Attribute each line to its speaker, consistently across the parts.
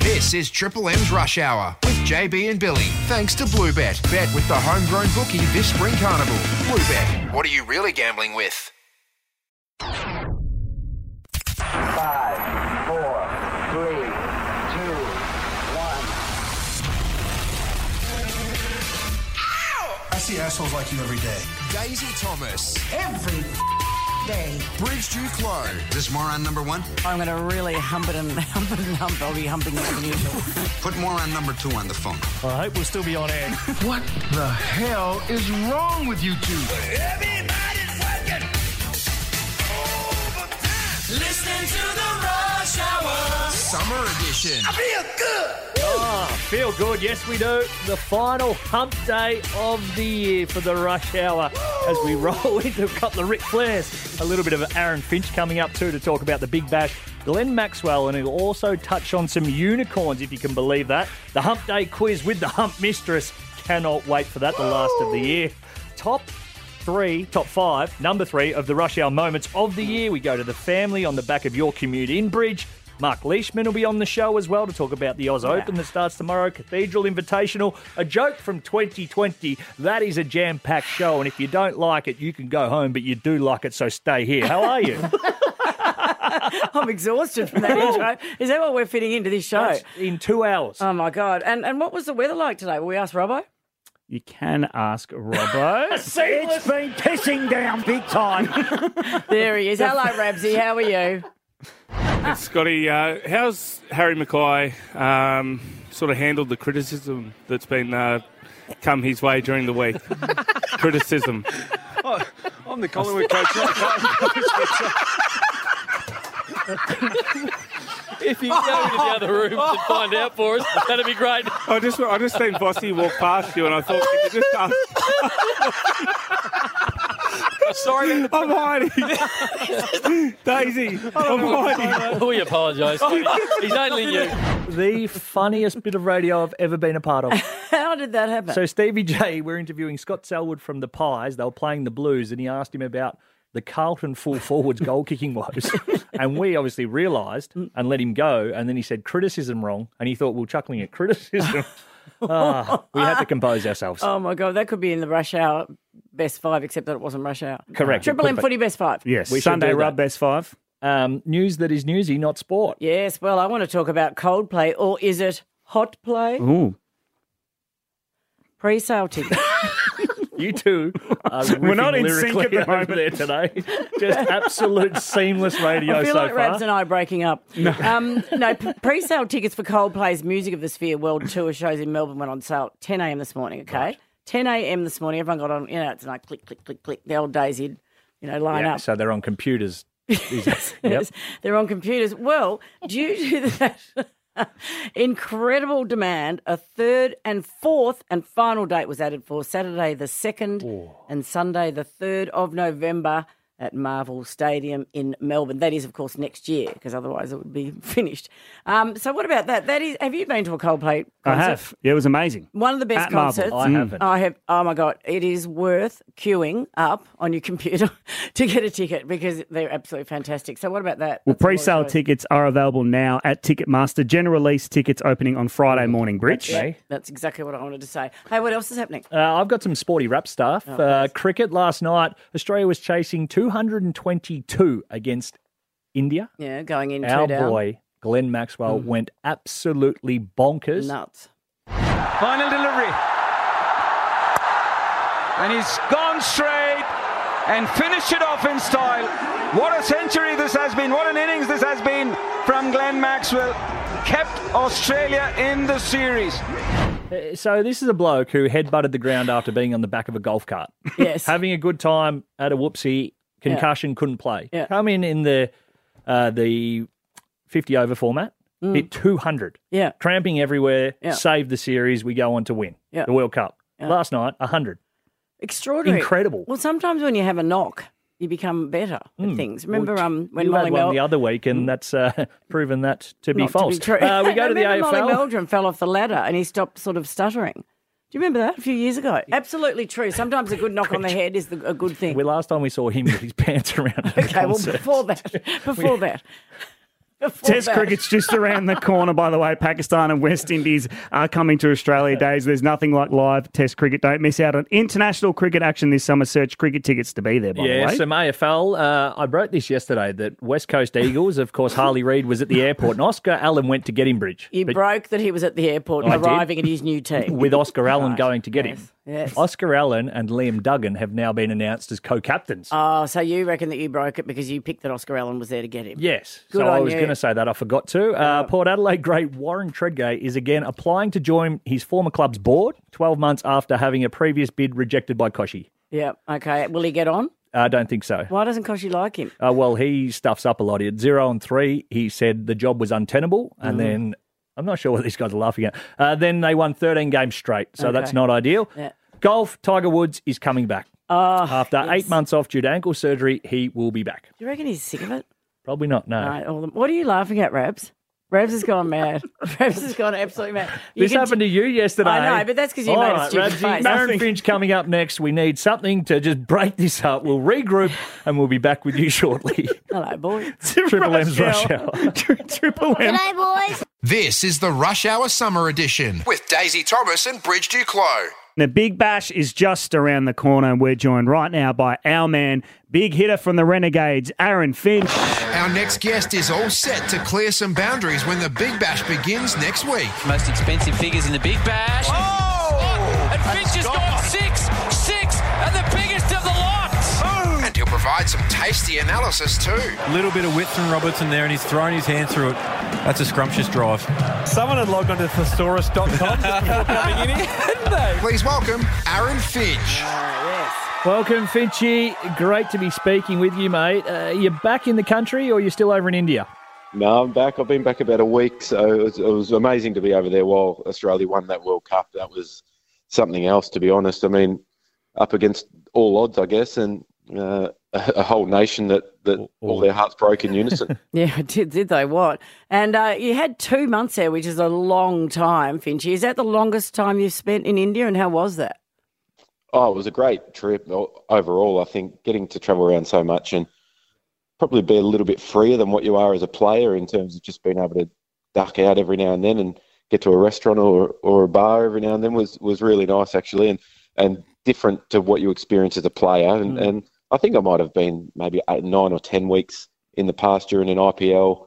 Speaker 1: This is Triple M's Rush Hour with JB and Billy. Thanks to Bluebet. Bet with the homegrown bookie this spring carnival. Bluebet. What are you really gambling with?
Speaker 2: Five, four, three, two, one.
Speaker 3: I see assholes like you every day.
Speaker 4: Daisy Thomas,
Speaker 5: every day.
Speaker 4: Bridge Duke Low,
Speaker 6: This moron number one.
Speaker 5: I'm going to really hump it and hump it and hump. I'll be humping it as usual.
Speaker 6: Put moron number two on the phone.
Speaker 7: I hope we'll still be on air.
Speaker 8: What the hell is wrong with you two?
Speaker 6: Summer edition.
Speaker 7: Feel good, yes we do. The final hump day of the year for the rush hour as we roll into a couple of Ric Flairs. A little bit of Aaron Finch coming up too to talk about the Big Bash. Glenn Maxwell, and he'll also touch on some unicorns, if you can believe that. The Hump Day quiz with the Hump Mistress. Cannot wait for that, the last of the year. Top three, top five, number three of the rush hour moments of the year. We go to the family on the back of your commute in Bridge. Mark Leishman will be on the show as well to talk about the Oz Open that starts tomorrow, Cathedral Invitational, a joke from 2020. That is a jam packed show, and if you don't like it, you can go home, but you do like it, so stay here. How are you?
Speaker 5: I'm exhausted from that intro. Is that what we're fitting into this show?
Speaker 7: in two hours.
Speaker 5: Oh my god! And and what was the weather like today? Will we asked Robbo.
Speaker 9: You can ask Robbo.
Speaker 7: it's been pissing down big time.
Speaker 5: There he is. Hello, Rabsy. How are you?
Speaker 10: Scotty, uh, how's Harry Mackay um, sort of handled the criticism that's been uh, come his way during the week? criticism.
Speaker 8: Oh, I'm the Collingwood coach.
Speaker 11: If you go into the other room and find out for us, that'd be great.
Speaker 10: I just I just seen Bossy walk past you, and I thought "Can you just ask,
Speaker 11: Sorry.
Speaker 10: I'm hiding. Daisy, I'm hiding.
Speaker 11: We apologise. He's only you.
Speaker 7: the funniest bit of radio I've ever been a part of.
Speaker 5: How did that happen?
Speaker 7: So Stevie J, we're interviewing Scott Selwood from the Pies. They were playing the Blues, and he asked him about the Carlton full forwards goal kicking woes. and we obviously realised and let him go. And then he said criticism wrong, and he thought we are chuckling at criticism. Ah, we had to compose ourselves.
Speaker 5: oh my god, that could be in the rush hour best five, except that it wasn't rush hour.
Speaker 9: Correct.
Speaker 5: Triple
Speaker 9: It
Speaker 5: M
Speaker 9: could be.
Speaker 5: footy best five.
Speaker 9: yes.
Speaker 7: We should
Speaker 9: Sunday
Speaker 7: do that.
Speaker 9: Rub Best Five.
Speaker 7: Um, news that is newsy, not sport.
Speaker 5: Yes. Well, I want to talk about Coldplay, or is it hot play?
Speaker 9: Ooh.
Speaker 5: Pre-sale tickets.
Speaker 7: You two are
Speaker 9: We're not
Speaker 7: riffing
Speaker 9: in sync at the
Speaker 7: lyrically over
Speaker 9: moment.
Speaker 7: there today. Just absolute seamless radio
Speaker 5: I feel
Speaker 7: so
Speaker 5: like
Speaker 7: far.
Speaker 5: Rabs and I are breaking up. No, um, no p- pre-sale tickets for Coldplay's Music of the Sphere World Tour shows in Melbourne went on sale at 10 a.m. this morning, okay? 10 a.m. this morning, everyone got on, you know, it's like click, click, click, click, the old days you'd, you know, line
Speaker 7: Yeah,
Speaker 5: up.
Speaker 7: So they're on computers. yes,
Speaker 5: Yes, They're on computers. Well, due to that incredible demand, a third and fourth and final date was added for Saturday the 2nd and Sunday the 3rd of November at Marvel Stadium in Melbourne. That is, of course, next year because otherwise it would be finished. Um, so, what about that? That is, have you been to a Coldplay concert?
Speaker 9: I have. Yeah, it was amazing.
Speaker 5: One of the best
Speaker 9: At Marvel.
Speaker 5: concerts.
Speaker 9: I Mm. haven't.
Speaker 5: I have. Oh my god! It is worth queuing up on your computer to get a ticket because they're absolutely fantastic. So what about that?
Speaker 9: Well,
Speaker 5: That's all
Speaker 9: pre sale
Speaker 5: it's worth.
Speaker 9: tickets are available now at Ticketmaster. General release tickets opening on Friday morning, Bridge.
Speaker 7: That's me.
Speaker 5: That's exactly what I wanted to say. Hey, what else is happening?
Speaker 7: Uh, I've got some sporty rap stuff.
Speaker 5: Oh,
Speaker 7: uh, cricket last night, Australia was chasing 222 against India.
Speaker 5: Yeah, going in
Speaker 7: Our
Speaker 5: two down. Hmm.
Speaker 7: boy Glenn Maxwell went absolutely bonkers.
Speaker 5: Nuts.
Speaker 8: Final delivery. And he's gone straight and finished it off in style. What a century this has been. What an innings this has been from Glenn Maxwell. Kept Australia in the series.
Speaker 7: Uh, So this is a bloke who headbutted the ground after being on the back of a golf cart,
Speaker 5: Yes.
Speaker 7: having a good time at a whoopsie concussion, couldn't play.
Speaker 5: Yeah.
Speaker 7: Come in in the uh, the 50 over format,
Speaker 5: Mm.
Speaker 7: hit 200.
Speaker 5: yeah.
Speaker 7: Tramping everywhere,
Speaker 5: Yeah.
Speaker 7: save the series, we go on to win
Speaker 5: Yeah.
Speaker 7: the World Cup. Last night, 100.
Speaker 5: Extraordinary.
Speaker 7: Incredible. Hmm.
Speaker 5: Well, sometimes when you have a knock, you become better at things. Remember um, when
Speaker 7: you
Speaker 5: Molly
Speaker 7: had one
Speaker 5: Mel- Mm.
Speaker 7: the other week, and that's uh, proven that to be
Speaker 5: not to
Speaker 7: false.
Speaker 5: true.
Speaker 7: Uh, we go to the
Speaker 5: Remember
Speaker 7: AFL.
Speaker 5: Molly Meldrum fell off the ladder and he stopped sort of stuttering. Do you remember that a few years ago? Absolutely true. Sometimes a good knock on the head is the, a good thing.
Speaker 7: We last time we saw him with his pants around. at a
Speaker 5: Okay, well,
Speaker 7: concert.
Speaker 5: before that, before that,
Speaker 9: Test cricket's just around the corner, by the way. Pakistan and West Indies are coming to Australia days. There's nothing like live Test cricket. Don't miss out on international cricket action this summer. Search cricket tickets to be there, by the
Speaker 7: Yeah,
Speaker 9: way.
Speaker 7: some AFL. Uh, I wrote this yesterday that West Coast Eagles, of course, Harley Reid was at the airport and Oscar Allen went to get him bridge.
Speaker 5: You broke that he was at the airport
Speaker 7: I did.
Speaker 5: arriving in his new team.
Speaker 7: With Oscar Allen going to get him.
Speaker 5: Yes.
Speaker 7: Oscar Allen and Liam Duggan have now been announced as co captains.
Speaker 5: Oh, so you reckon that you broke it because you picked that Oscar Allen was there to get him?
Speaker 7: Yes.
Speaker 5: Good
Speaker 7: so
Speaker 5: on
Speaker 7: I was
Speaker 5: you.
Speaker 7: going to say that. I forgot to. Uh, Port Adelaide great Warren Tredgate is again applying to join his former club's board 12 months after having a previous bid rejected by Koshy.
Speaker 5: Yeah. Okay. Will he get on?
Speaker 7: I don't think so.
Speaker 5: Why doesn't Koshy like him?
Speaker 7: Uh, well, he stuffs up a lot. At zero and three, he said the job was untenable. And
Speaker 5: Mm.
Speaker 7: then I'm not sure what these guys are laughing at. Uh, then they won 13 games straight. So that's
Speaker 5: Okay.
Speaker 7: not ideal.
Speaker 5: Yeah.
Speaker 7: Golf, Tiger Woods is coming back.
Speaker 5: Oh,
Speaker 7: After
Speaker 5: yes.
Speaker 7: eight months off due to ankle surgery, he will be back.
Speaker 5: Do you reckon he's sick of it?
Speaker 7: Probably not, no.
Speaker 5: Right, all the- what are you laughing at, Rabs? Rabs has gone mad. Rabs has gone absolutely mad. You
Speaker 7: this
Speaker 5: can-
Speaker 7: happened to you yesterday.
Speaker 5: I know, but that's 'cause you
Speaker 7: All
Speaker 5: made a
Speaker 7: right,
Speaker 5: stupid
Speaker 7: Rabsy,
Speaker 5: face.
Speaker 7: Marin
Speaker 5: Nothing.
Speaker 7: Finch coming up next. We need something to just break this up. We'll regroup and we'll be back with you shortly.
Speaker 5: Hello, boy.
Speaker 7: Triple M's Rush Hour.
Speaker 9: Triple M.
Speaker 1: boys. This is the Rush Hour Summer Edition with Daisy Thomas and Bridge Duclos.
Speaker 9: The Big Bash is just around the corner, and we're joined right now by our man, big hitter from the Renegades, Aaron Finch.
Speaker 1: Our next guest is all set to clear some boundaries when the Big Bash begins next week. Most expensive figures in the Big Bash.
Speaker 6: And Finch has gone six, six, and the biggest of the lot.
Speaker 1: And he'll provide some tasty analysis too.
Speaker 12: Little bit of width from Robertson there, and he's thrown his hand through it. That's a scrumptious drive. Someone had logged onto thesaurus.com.
Speaker 1: Please welcome Aaron Finch.
Speaker 7: Welcome, Finchy. Great to be speaking with you, mate. Uh, you're back in the country or you're still over in India?
Speaker 13: No, I'm back. I've been back about a week, so it was, it was amazing to be over there while Australia won that World Cup. That was something else, to be honest. I mean, up against all odds, I guess, and uh, a, a whole nation that, that all their hearts broke in unison.
Speaker 5: Yeah, I did did they what? And uh, you had two months there, which is a long time, Finchy. Is that the longest time you've spent in India? And how was that?
Speaker 13: Oh, it was a great trip o- overall. I think getting to travel around so much and probably be a little bit freer than what you are as a player in terms of just being able to duck out every now and then and get to a restaurant or, or a bar every now and then was, was really nice actually and, and different to what you experience as a player. And, and I think I might have been maybe eight, nine or ten weeks in the past during an IPL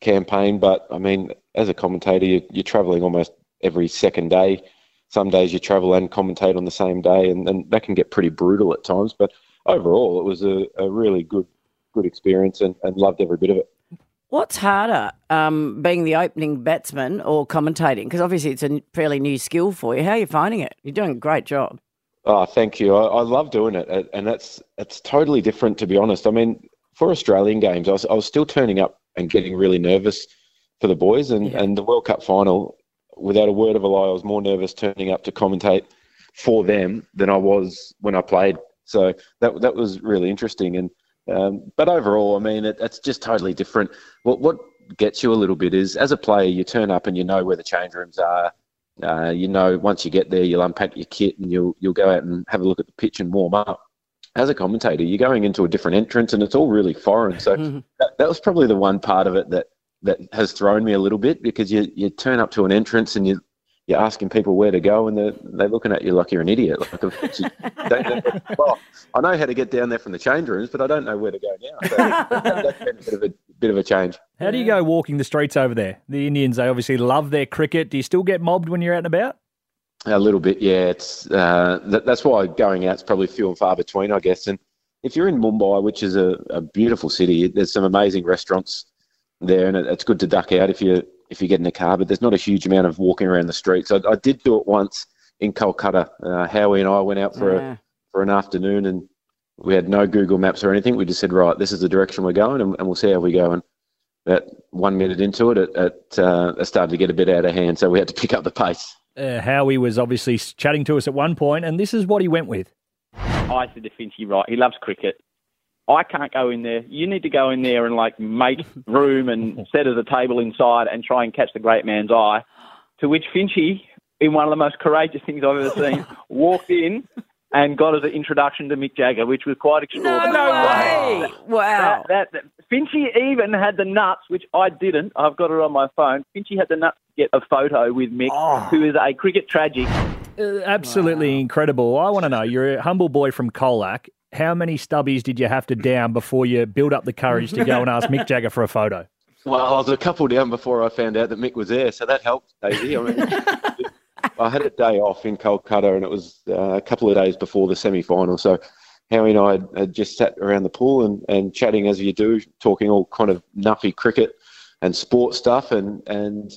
Speaker 13: campaign, but I mean, as a commentator, you, you're traveling almost every second day some days you travel and commentate on the same day, and, and that can get pretty brutal at times. But overall, it was a, a really good good experience and, and loved every bit of it.
Speaker 5: What's harder, um, being the opening batsman or commentating? Because obviously it's a n- fairly new skill for you. How are you finding it? You're doing a great job.
Speaker 13: Oh, thank you. I, I love doing it, and- and that's it's totally different, to be honest. I mean, for Australian games, I was, I was still turning up and getting really nervous for the boys, and, and the World Cup final, without a word of a lie, I was more nervous turning up to commentate for them than I was when I played. So that that was really interesting. And um, but overall, I mean, it, it's just totally different. What what gets you a little bit is as a player, you turn up and you know where the change rooms are. Uh, you know, once you get there, you'll unpack your kit and you'll you'll go out and have a look at the pitch and warm up. As a commentator, you're going into a different entrance and it's all really foreign. So that, that was probably the one part of it that that has thrown me a little bit because you you turn up to an entrance and you you're asking people where to go and they're, they're looking at you like you're an idiot. Like, of course you don't know, well, I know how to get down there from the change rooms, but I don't know where to go now. So that- that's been a bit of a bit of a change.
Speaker 7: How do you go walking the streets over there? The Indians, they obviously love their cricket. Do you still get mobbed when you're out and about?
Speaker 13: A little bit, yeah. It's uh, that, that's why going out's probably few and far between, I guess. And if you're in Mumbai, which is a, a beautiful city, there's some amazing restaurants there, and it, it's good to duck out if you if you get in a car. But there's not a huge amount of walking around the streets. I, I did do it once in Kolkata. Uh, Howie and I went out for
Speaker 5: Yeah.
Speaker 13: a for an afternoon, and we had no Google Maps or anything. We just said, right, this is the direction we're going, and, and we'll see how we go. And about one minute into it, it, it, uh, it started to get a bit out of hand, so we had to pick up the pace.
Speaker 7: Uh, Howie was obviously s- chatting to us at one point, and this is what he went with.
Speaker 14: I said to Finchy, right, he loves cricket. I can't go in there. You need to go in there and like make room and set as a table inside and try and catch the great man's eye. To which Finchy, in one of the most courageous things I've ever seen, walked in and got us an introduction to Mick Jagger, which was quite extraordinary.
Speaker 5: way! Wow.
Speaker 14: That, that, Finchie even had the nuts, which I didn't. I've got it on my phone. Finchie had the nuts to get a photo with Mick, who is a cricket tragic.
Speaker 7: Uh, Absolutely incredible. I want to know, you're a humble boy from Colac. How many stubbies did you have to down before you built up the courage to go and ask Mick Jagger for a photo?
Speaker 13: Well, I was a couple down before I found out that Mick was there, so that helped, Daisy. I mean, I had a day off in Kolkata, and it was uh, a couple of days before the semi-final. So Howie and I had, had uh, just sat around the pool and, and chatting as you do, talking all kind of nuffy cricket and sport stuff, and and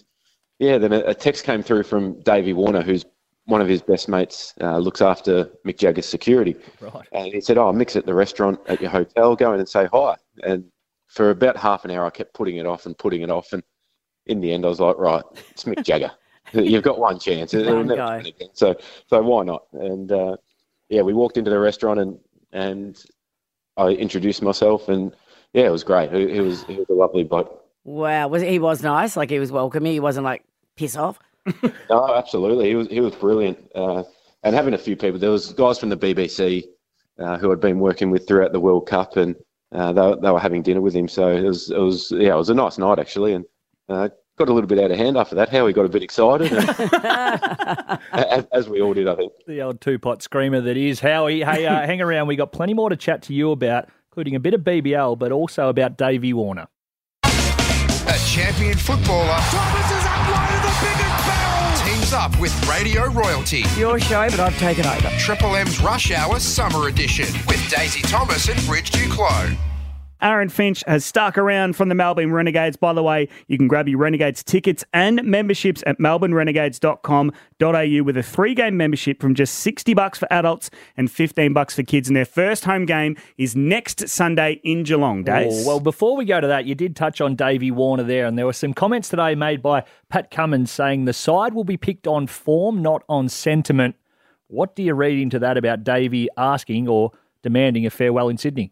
Speaker 13: yeah, then a, a text came through from Davey Warner, who's one of his best mates, uh, looks after Mick Jagger's security.
Speaker 7: Right.
Speaker 13: And he said, "Oh, mix at the restaurant at your hotel. Go in and say hi." And for about half an hour, I kept putting it off and putting it off. And in the end, I was like, "Right, it's Mick Jagger. You've got one chance. It'll
Speaker 15: One
Speaker 13: never
Speaker 15: go.
Speaker 13: happen again. So, so why not?" And uh, yeah, we walked into the restaurant and and I introduced myself, and yeah, it was great. He, he was he was a lovely bloke.
Speaker 5: Wow, was he was nice? Like he was welcoming. He wasn't like piss off.
Speaker 13: No, absolutely. He was he was brilliant. Uh, and having a few people, there was guys from the BBC uh, who I'd been working with throughout the World Cup, and uh, they, were- they were having dinner with him. So it was it was yeah, it was a nice night actually, and uh, got a little bit out of hand after that. Howie got a bit excited, and, as, as we all did, I think.
Speaker 7: The old two pot screamer that is Howie. Hey, uh, hang around. We got plenty more to chat to you about, including a bit of BBL, but also about Davey Warner.
Speaker 1: A champion footballer. Teams up with Radio Royalty.
Speaker 5: Your show, but I've taken over.
Speaker 1: Triple M's Rush Hour Summer Edition with Daisy Thomas and Bridge Duclos.
Speaker 9: Aaron Finch has stuck around from the Melbourne Renegades. By the way, you can grab your Renegades tickets and memberships at melbournerenegades.com.au with a three game membership from just 60 bucks for adults and 15 bucks for kids. And their first home game is next Sunday in Geelong, Days.
Speaker 7: Oh, well, before we go to that, you did touch on Davey Warner there, and there were some comments today made by Pat Cummins saying the side will be picked on form, not on sentiment. What do you read into that about Davey asking or demanding a farewell in Sydney?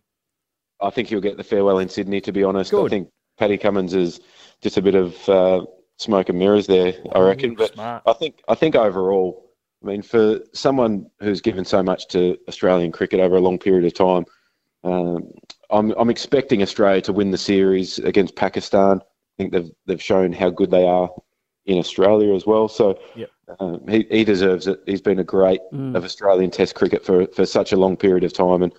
Speaker 13: I think he'll get the farewell in Sydney. To be honest, I think Paddy Cummins is just a bit of uh, smoke and mirrors there. I reckon,
Speaker 7: Mm.
Speaker 13: but I think I think overall, I mean, for someone who's given so much to Australian cricket over a long period of time, um, I'm I'm expecting Australia to win the series against Pakistan. I think they've they've shown how good they are in Australia as well. So.
Speaker 7: Yep.
Speaker 13: Um, he, he deserves it. He's been a great
Speaker 7: Mm.
Speaker 13: of Australian Test cricket for, for such a long period of time, and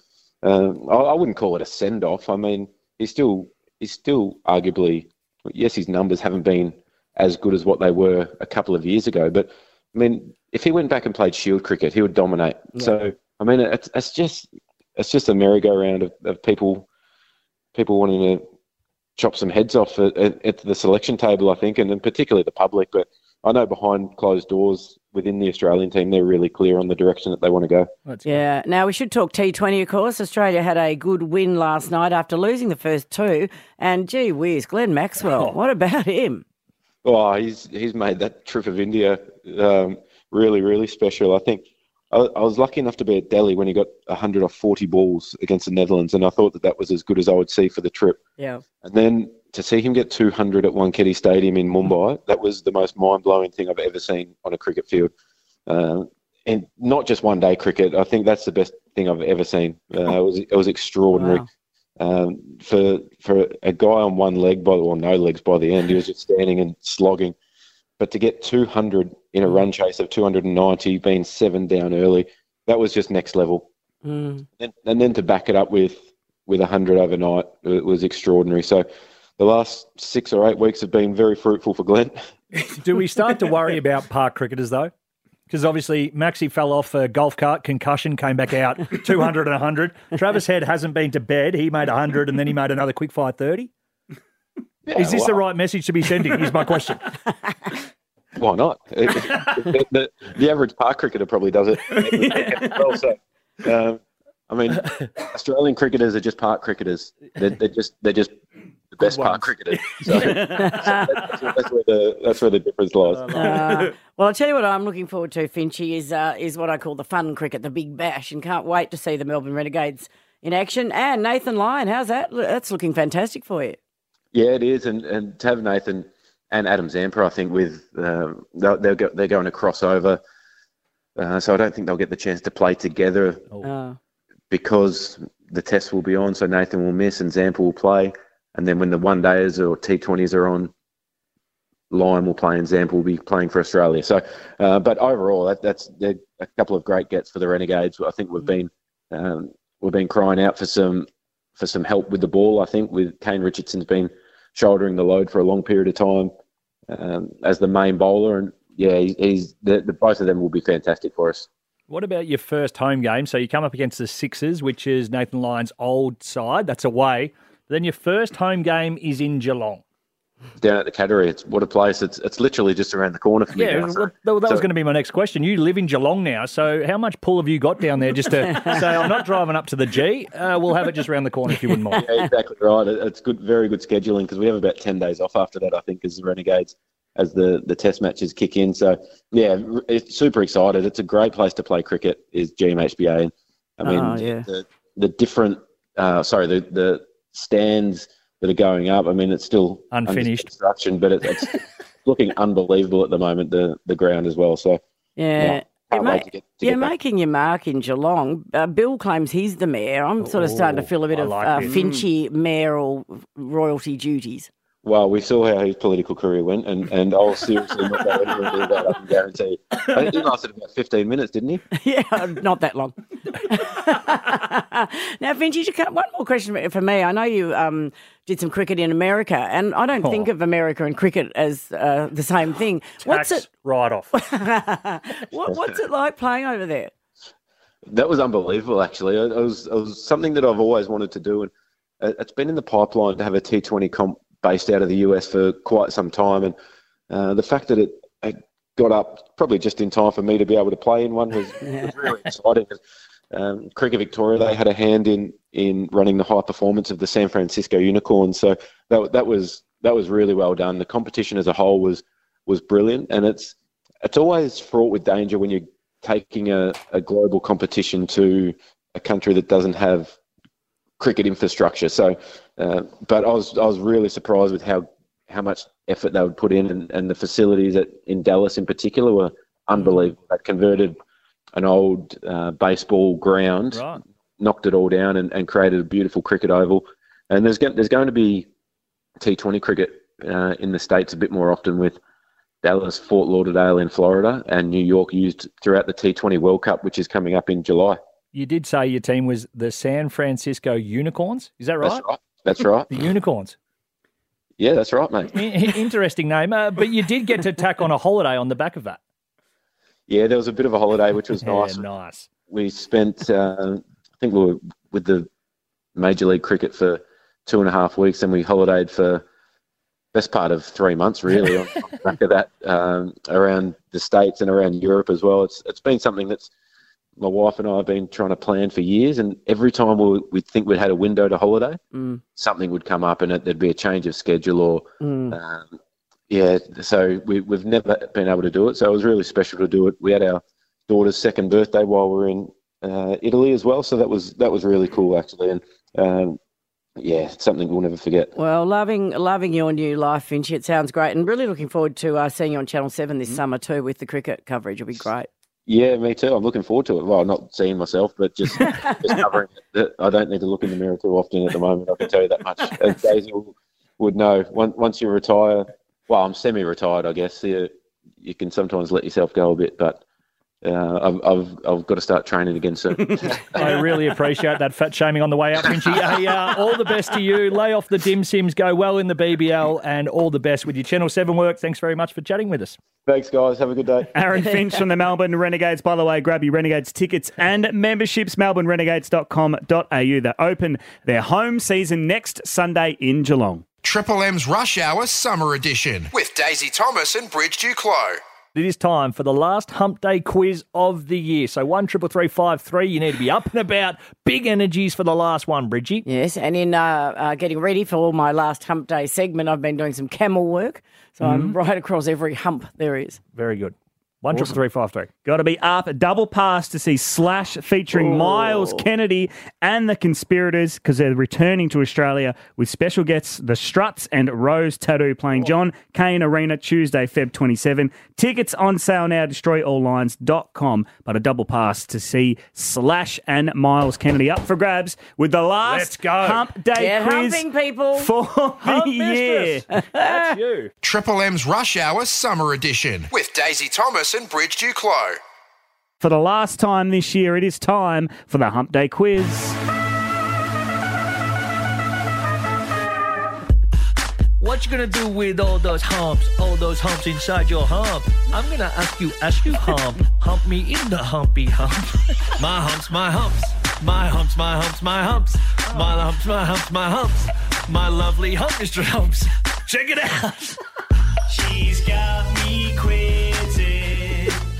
Speaker 13: um, I, I wouldn't call it a send off. I mean, he's still he's still arguably yes, his numbers haven't been as good as what they were a couple of years ago, but I mean, if he went back and played Shield cricket, he would dominate. So I mean, it's, it's just it's just a merry-go-round of, of people people wanting to chop some heads off at, at, at the selection table, I think, and, and particularly the public. But I know behind closed doors within the Australian team, they're really clear on the direction that they want to go.
Speaker 5: yeah. Now we should talk T20, of course. Australia had a good win last night after losing the first two, and gee whiz, Glenn Maxwell. What about him?
Speaker 13: Oh, he's he's made that trip of India um, really, really special. I think I, I was lucky enough to be at Delhi when he got 100 or 40 balls against the Netherlands, and I thought that that was as good as I would see for the trip.
Speaker 5: Yeah.
Speaker 13: And then to see him get 200 at Wankhede Stadium in Mumbai, that was the most mind blowing thing I've ever seen on a cricket field. Uh, and not just one day cricket, I think that's the best thing I've ever seen. Uh, it, was, it was extraordinary. Um, for for a guy on one leg by the or no legs by the end, he was just standing and slogging. But to get 200 in a run chase of 290, being seven down early, that was just next level
Speaker 5: Mm.
Speaker 13: and, and then to back it up with with 100 overnight it was extraordinary so the last six or eight weeks have been very fruitful for glenn
Speaker 7: Do we start to worry about park cricketers, though? Because obviously, Maxi fell off a golf cart, concussion, came back out 200 and 100. Travis Head hasn't been to bed. He made 100 and then he made another quick fire 30. Is this the
Speaker 13: well-
Speaker 7: right message to be sending? Is my question.
Speaker 13: why not It- it- the, the average park cricketer probably does it as well, so, um, i mean australian cricketers are just park cricketers they're, they're just they're just the best park cricketers so, so that's, that's where the that's where the difference lies
Speaker 5: Uh, well, I'll tell you what I'm looking forward to, Finchie, is uh, is what I call the fun cricket, the big bash, and can't wait to see the Melbourne Renegades in action. And Nathan Lyon, how's that? Look, That's looking fantastic for you.
Speaker 13: Yeah, it is, and and to have Nathan and Adam Zampa, I think with uh, they'll, they'll go, they're going to cross over, uh, so I don't think they'll get the chance to play together
Speaker 5: Oh.
Speaker 13: because the test will be on. So Nathan will miss and Zampa will play, And then when the one days or T20s are on, Lyon will play and Zamp will be playing for Australia. So, uh, but overall, that, that's they're a couple of great gets for the Renegades. I think we've been um, we've been crying out for some for some help with the ball. I think with Kane Richardson's been shouldering the load for a long period of time um, as the main bowler, and yeah, he, he's the, the both of them will be fantastic for us.
Speaker 7: What about your first home game? So you come up against the Sixers, which is Nathan Lyon's old side. That's away. Then your first home game is in Geelong.
Speaker 13: Down at the Cattery, it's what a place! It's it's literally just around the corner from me.
Speaker 7: Yeah,
Speaker 13: now,
Speaker 7: well,
Speaker 13: so-
Speaker 7: that, that was going to be my next question. You live in Geelong now, so how much pull have you got down there? Just to say, I'm not driving up to the G. Uh, we'll have it just round the corner if you wouldn't mind.
Speaker 13: yeah, exactly right. It- It's good, very good scheduling because we have about ten days off after that. I think as the Renegades, as the the Test matches kick in. So yeah, r- it's super excited. It's a great place to play cricket. Is GMHBA? I mean,
Speaker 15: Oh, yeah.
Speaker 13: the, the different, uh, sorry, the the stands that are going up. I mean, it's still under
Speaker 7: Unfinished.
Speaker 13: construction, but it, it's looking unbelievable at the moment. The the ground as well. So
Speaker 5: Yeah.
Speaker 13: can't
Speaker 5: It
Speaker 13: wait
Speaker 5: ma-
Speaker 13: to get- to
Speaker 5: You're
Speaker 13: get back.
Speaker 5: making your mark in Geelong. Uh, Bill claims he's the mayor. I'm sort of starting to feel a bit
Speaker 13: I
Speaker 5: of
Speaker 13: like
Speaker 5: uh,
Speaker 13: this.
Speaker 5: Finchy mayoral royalty duties.
Speaker 13: Well, we saw how his political career went, and, and I'll seriously not go anywhere near that, I can guarantee. I think he lasted about 15 minutes, didn't he?
Speaker 5: yeah, not that long. now, Vinci, you can't- one more question for me. I know you um, did some cricket in America, and I don't think
Speaker 7: Oh.
Speaker 5: of America and cricket as uh, the same thing. What's
Speaker 7: Tax
Speaker 5: it?
Speaker 7: Right off.
Speaker 5: What, what's it like playing over there?
Speaker 13: That was unbelievable, actually. It was, it was something that I've always wanted to do, and it- it's been in the pipeline to have a T20 comp based out of the US for quite some time. And uh, the fact that it, it got up probably just in time for me to be able to play in one was, was really exciting. Um, Cricket Victoria, they had a hand in in running the high performance of the San Francisco Unicorns, so that that was that was really well done. The competition as a whole was was brilliant, and it's it's always fraught with danger when you're taking a, a global competition to a country that doesn't have cricket infrastructure. So, uh, but I was I was really surprised with how how much effort they would put in, and, and the facilities at, in Dallas in particular were unbelievable. They converted an old uh, baseball ground,
Speaker 7: Right.
Speaker 13: knocked it all down, and, and created a beautiful cricket oval. And there's go- there's going to be T20 cricket uh, in the states a bit more often with Dallas, Fort Lauderdale in Florida, and New York used throughout the T20 World Cup, which is coming up in July.
Speaker 7: You did say your team was the San Francisco Unicorns. Is that right?
Speaker 13: That's right. That's right.
Speaker 7: The Unicorns.
Speaker 13: Yeah, that's right, mate.
Speaker 7: I- I- Interesting name, uh, but you did get to tack on a holiday on the back of that.
Speaker 13: Yeah, there was a bit of a holiday, which was
Speaker 7: Yeah,
Speaker 13: nice.
Speaker 7: nice.
Speaker 13: We spent, uh, I think we were with the Major League Cricket for two and a half weeks, and we holidayed for best part of three months, really, on, on the back of that um, around the states and around Europe as well. It's it's been something that's my wife and I have been trying to plan for years, and every time we we think we'd had a window to holiday,
Speaker 5: Mm.
Speaker 13: something would come up, and it, there'd be a change of schedule or
Speaker 5: Mm.
Speaker 13: um, yeah, so we, we've never been able to do it. So it was really special to do it. We had our daughter's second birthday while we were in uh, Italy as well, so that was that was really cool actually, and um, yeah, something we'll never forget.
Speaker 5: Well, loving loving your new life, Vinci. It sounds great, and really looking forward to uh, seeing you on Channel Seven this summer too with the cricket coverage. It'll be great.
Speaker 13: Yeah, me too. I'm looking forward to it. Well, not seeing myself, but just, just covering it. I don't need to look in the mirror too often at the moment. I can tell you that much. As Daisy would know, once once you retire, well, I'm semi-retired, I guess. You, you can sometimes let yourself go a bit, but uh, I've, I've I've got to start training again soon.
Speaker 7: I really appreciate that fat shaming on the way out, Finchie. Hey, uh, all the best to you. Lay off the dim sims, go well in the BBL, and all the best with your Channel 7 work. Thanks very much for chatting with us.
Speaker 13: Thanks, guys. Have a good day.
Speaker 9: Aaron Finch from the Melbourne Renegades. By the way, grab your Renegades tickets and memberships, melbournerenegades.com.au. They open their home season next Sunday in Geelong.
Speaker 1: Triple M's Rush Hour Summer Edition with Daisy Thomas and Bridge Duclos.
Speaker 7: It is time for the last hump day quiz of the year. So one triple three five three. You need to be up and about. Big energies for the last one, Bridgie.
Speaker 5: Yes, and in uh, uh, getting ready for my last hump day segment, I've been doing some camel work. So I'm
Speaker 7: Mhm.
Speaker 5: right across every hump there is.
Speaker 7: Very good. One triple three five three.
Speaker 9: Got to be up. A double pass to see Slash featuring Miles Kennedy and the Conspirators because they're returning to Australia with special guests The Struts and Rose Tattoo
Speaker 7: Oh.
Speaker 9: playing John Kane Arena Tuesday, Feb 27. Tickets on sale now, destroyalllines.com. But a double pass to see Slash and Miles Kennedy up for grabs with the last
Speaker 7: Let's go.
Speaker 9: Hump Day
Speaker 5: Get
Speaker 9: quiz
Speaker 5: humping, people.
Speaker 9: for the year.
Speaker 1: That's you. Triple M's Rush Hour Summer Edition with Daisy Thomas and Bridge Duclos.
Speaker 9: For the last time this year, it is time for the Hump Day quiz.
Speaker 15: What you gonna do with all those humps, all those humps inside your hump? I'm gonna ask you, ask you hump, hump me in the humpy hump. My humps, my humps, my humps, my humps, my humps, my humps, my humps, my humps, my lovely hump, Mr. Humps. Check it out. She's got me quizzing.